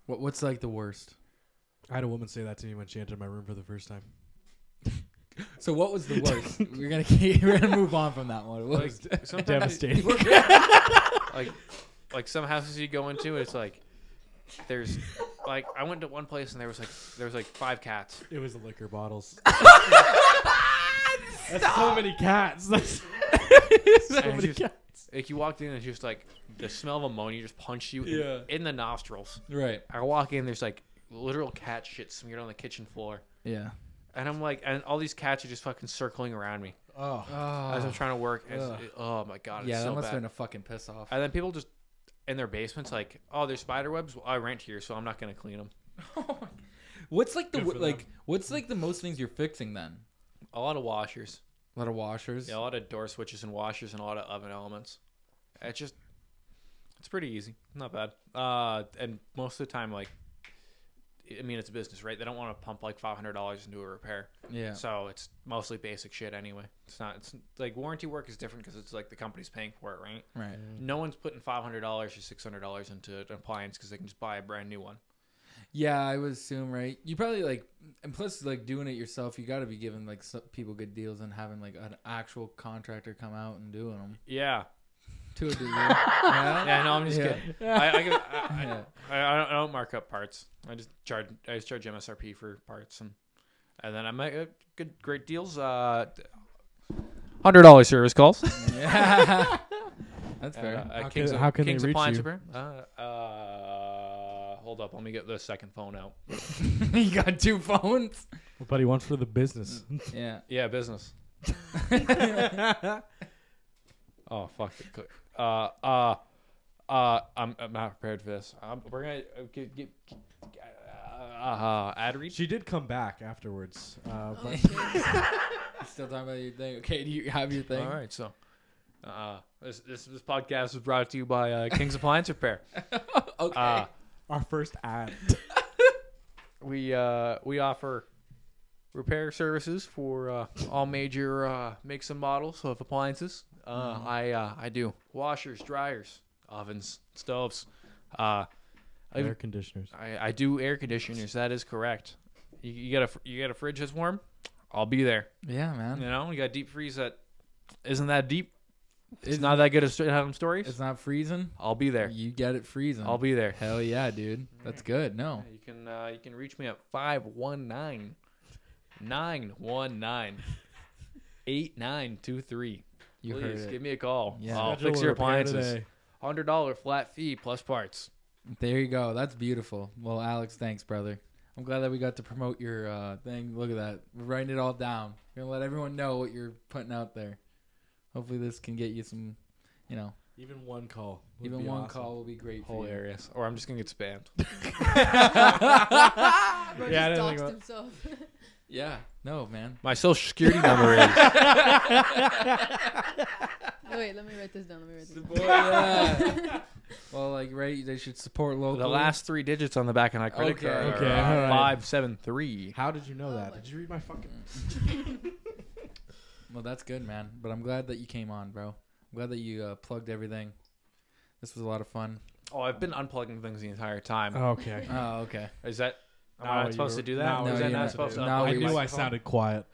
Speaker 3: What What's like the worst?
Speaker 2: I had a woman say that to me when she entered my room for the first time.
Speaker 3: So what was the worst? we're gonna keep, we're gonna move on from that one. What
Speaker 1: Like
Speaker 3: was-
Speaker 1: sometimes-
Speaker 2: Devastating.
Speaker 1: like like some houses you go into it's like there's like i went to one place and there was like there was like five cats
Speaker 2: it was the liquor bottles. That's so many cats. That's so
Speaker 1: And
Speaker 2: many
Speaker 1: just-
Speaker 2: cats.
Speaker 1: Like you walked in and it's just like the smell of ammonia just punched you in,
Speaker 3: Yeah.
Speaker 1: in the nostrils.
Speaker 3: Right.
Speaker 1: I walk in, there's like literal cat shit smeared on the kitchen floor,
Speaker 3: Yeah.
Speaker 1: and I'm like, and all these cats are just fucking circling around me
Speaker 2: Oh,
Speaker 1: as I'm trying to work. and it's-
Speaker 3: Ugh.
Speaker 1: it- oh my god, it's
Speaker 3: yeah,
Speaker 1: so
Speaker 3: that must
Speaker 1: bad.
Speaker 3: have been a fucking piss off.
Speaker 1: and then people just in their basements like, oh, there's spider webs. Well, I rent here, so I'm not gonna clean them.
Speaker 3: Oh what's like the
Speaker 2: Good for
Speaker 3: like? What's like the most things you're fixing then?
Speaker 1: A lot of washers,
Speaker 3: A lot of washers.
Speaker 1: yeah, a lot of door switches and washers, and a lot of oven elements. It's just, it's pretty easy, not bad. Uh, and most of the time, like, I mean, it's a business, right? They don't want to pump like five hundred dollars into a repair.
Speaker 3: Yeah.
Speaker 1: So it's mostly basic shit anyway. It's not. It's like warranty work is different because it's like the company's paying for it, right?
Speaker 3: Right.
Speaker 2: Mm-hmm.
Speaker 1: No one's putting five hundred dollars or six hundred dollars into an appliance because they can just buy a brand new one.
Speaker 3: Yeah, I would assume right. You probably like, and plus like doing it yourself, you got to be giving like so- people good deals and having like an actual contractor come out and doing them
Speaker 1: Yeah.
Speaker 3: to a degree. yeah?
Speaker 1: Yeah. No, I'm just
Speaker 3: Yeah.
Speaker 1: kidding. I I, give, I,
Speaker 3: Yeah.
Speaker 1: I, I, don't, I don't mark up parts. I just charge. I just charge MSRP for parts and and then I make uh, good great deals. Uh, hundred dollar service calls.
Speaker 3: Yeah. That's
Speaker 1: Uh,
Speaker 3: fair.
Speaker 1: uh,
Speaker 2: How
Speaker 1: Kings
Speaker 2: can-
Speaker 1: of-
Speaker 2: how can they
Speaker 1: Kings
Speaker 2: reach
Speaker 1: Appliance
Speaker 2: you?
Speaker 1: Repair. Uh, uh, hold up, let me get the second phone out.
Speaker 3: you got two phones.
Speaker 2: buddy, one for the business.
Speaker 3: Yeah.
Speaker 1: Yeah, business. Oh fuck! it. Click. Uh, uh, uh, I'm, I'm not prepared for this. Um, we're gonna uh, get, get, uh, uh, ad reach.
Speaker 2: She did come back afterwards. Uh,
Speaker 5: Oh,
Speaker 2: but
Speaker 3: Still talking about your thing. Okay, do you have your thing?
Speaker 1: All right, so uh, this this this podcast was brought to you by uh, King's Appliance Repair.
Speaker 3: okay.
Speaker 1: Uh,
Speaker 2: our first ad.
Speaker 1: we uh we offer repair services for uh, all major uh, makes and models of appliances. Uh, I uh, I do washers, dryers, ovens, stoves. Uh, I-
Speaker 2: Air conditioners.
Speaker 1: I, I do air conditioners. That is correct. You, you got a fr- you got a fridge that's warm. I'll be there.
Speaker 3: yeah, man.
Speaker 1: You know, you got deep freeze that isn't that deep. It's, not that good at st- having stories.
Speaker 3: It's not freezing.
Speaker 1: I'll be there.
Speaker 3: You get it freezing.
Speaker 1: I'll be there.
Speaker 3: Hell yeah, dude. That's good. No.
Speaker 1: You can uh, you can reach me at 519 919 8923.
Speaker 3: You
Speaker 1: Please
Speaker 3: heard it.
Speaker 1: give me a call.
Speaker 3: Yeah.
Speaker 1: I'll
Speaker 2: Schedule
Speaker 1: Oh, fix
Speaker 2: a
Speaker 1: your
Speaker 2: repair
Speaker 1: appliances.
Speaker 2: today.
Speaker 1: $100 flat fee plus parts.
Speaker 3: There you go. That's beautiful. Well, Alex, thanks, brother. I'm glad that we got to promote your uh, thing. Look at that. We're writing it all down. We're gonna let everyone know what you're putting out there. Hopefully, this can get you some. You know,
Speaker 2: Even one call. would
Speaker 3: even
Speaker 2: be
Speaker 3: one
Speaker 2: awesome.
Speaker 3: call will be great
Speaker 1: Whole
Speaker 3: for you.
Speaker 1: areas. Or I'm just going to get spammed.
Speaker 5: Bro
Speaker 2: Yeah, I
Speaker 5: just
Speaker 2: didn't think
Speaker 5: doxed
Speaker 2: about-
Speaker 5: himself.
Speaker 3: Yeah. No, man.
Speaker 1: My social security number is.
Speaker 5: No, Oh, wait, let me write this down. Let me write this down.
Speaker 3: yeah. well, like, right? They should support local.
Speaker 1: The last three digits on the back of my credit
Speaker 3: Okay.
Speaker 1: card.
Speaker 2: Okay,
Speaker 1: are, uh,
Speaker 2: alright.
Speaker 1: Five seven three.
Speaker 2: How did you know
Speaker 5: Oh
Speaker 2: that?
Speaker 5: my-
Speaker 2: Did you read my fucking?
Speaker 3: Well, that's good, man. But I'm glad that you came on, bro. I'm glad that you uh, plugged everything. This was a lot of fun.
Speaker 1: Oh, I've been unplugging things the entire time.
Speaker 2: Okay.
Speaker 3: Oh, okay.
Speaker 1: is that? Am
Speaker 2: No,
Speaker 1: I not supposed
Speaker 2: you-
Speaker 1: to do that?
Speaker 2: no,
Speaker 1: is that
Speaker 3: you're
Speaker 1: not
Speaker 3: not
Speaker 1: supposed to?
Speaker 3: supposed to. No,
Speaker 1: unplug
Speaker 2: I
Speaker 3: we-
Speaker 1: the
Speaker 2: knew I
Speaker 1: microphone?
Speaker 2: sounded quiet.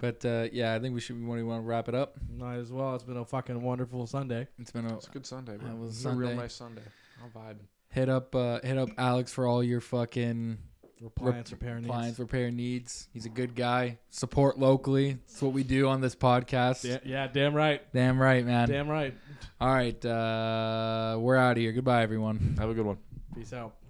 Speaker 3: but uh, yeah, I think we should. We want to wrap it up.
Speaker 2: Might as well. It's been a fucking wonderful Sunday.
Speaker 3: It's been a
Speaker 1: It's a good Sunday. Bro.
Speaker 3: That was
Speaker 1: It's a real
Speaker 3: Sunday.
Speaker 1: nice Sunday. I'm vibing.
Speaker 3: hit up uh, hit up Alex for all your fucking
Speaker 2: Appliance repair needs.
Speaker 3: appliance repair needs. He's a good guy. Support locally. That's what we do on this podcast.
Speaker 2: Yeah, yeah, damn right.
Speaker 3: Damn right, man.
Speaker 2: Damn right.
Speaker 3: All right, uh, we're out of here. Goodbye, everyone.
Speaker 1: Have a good one.
Speaker 2: Peace out.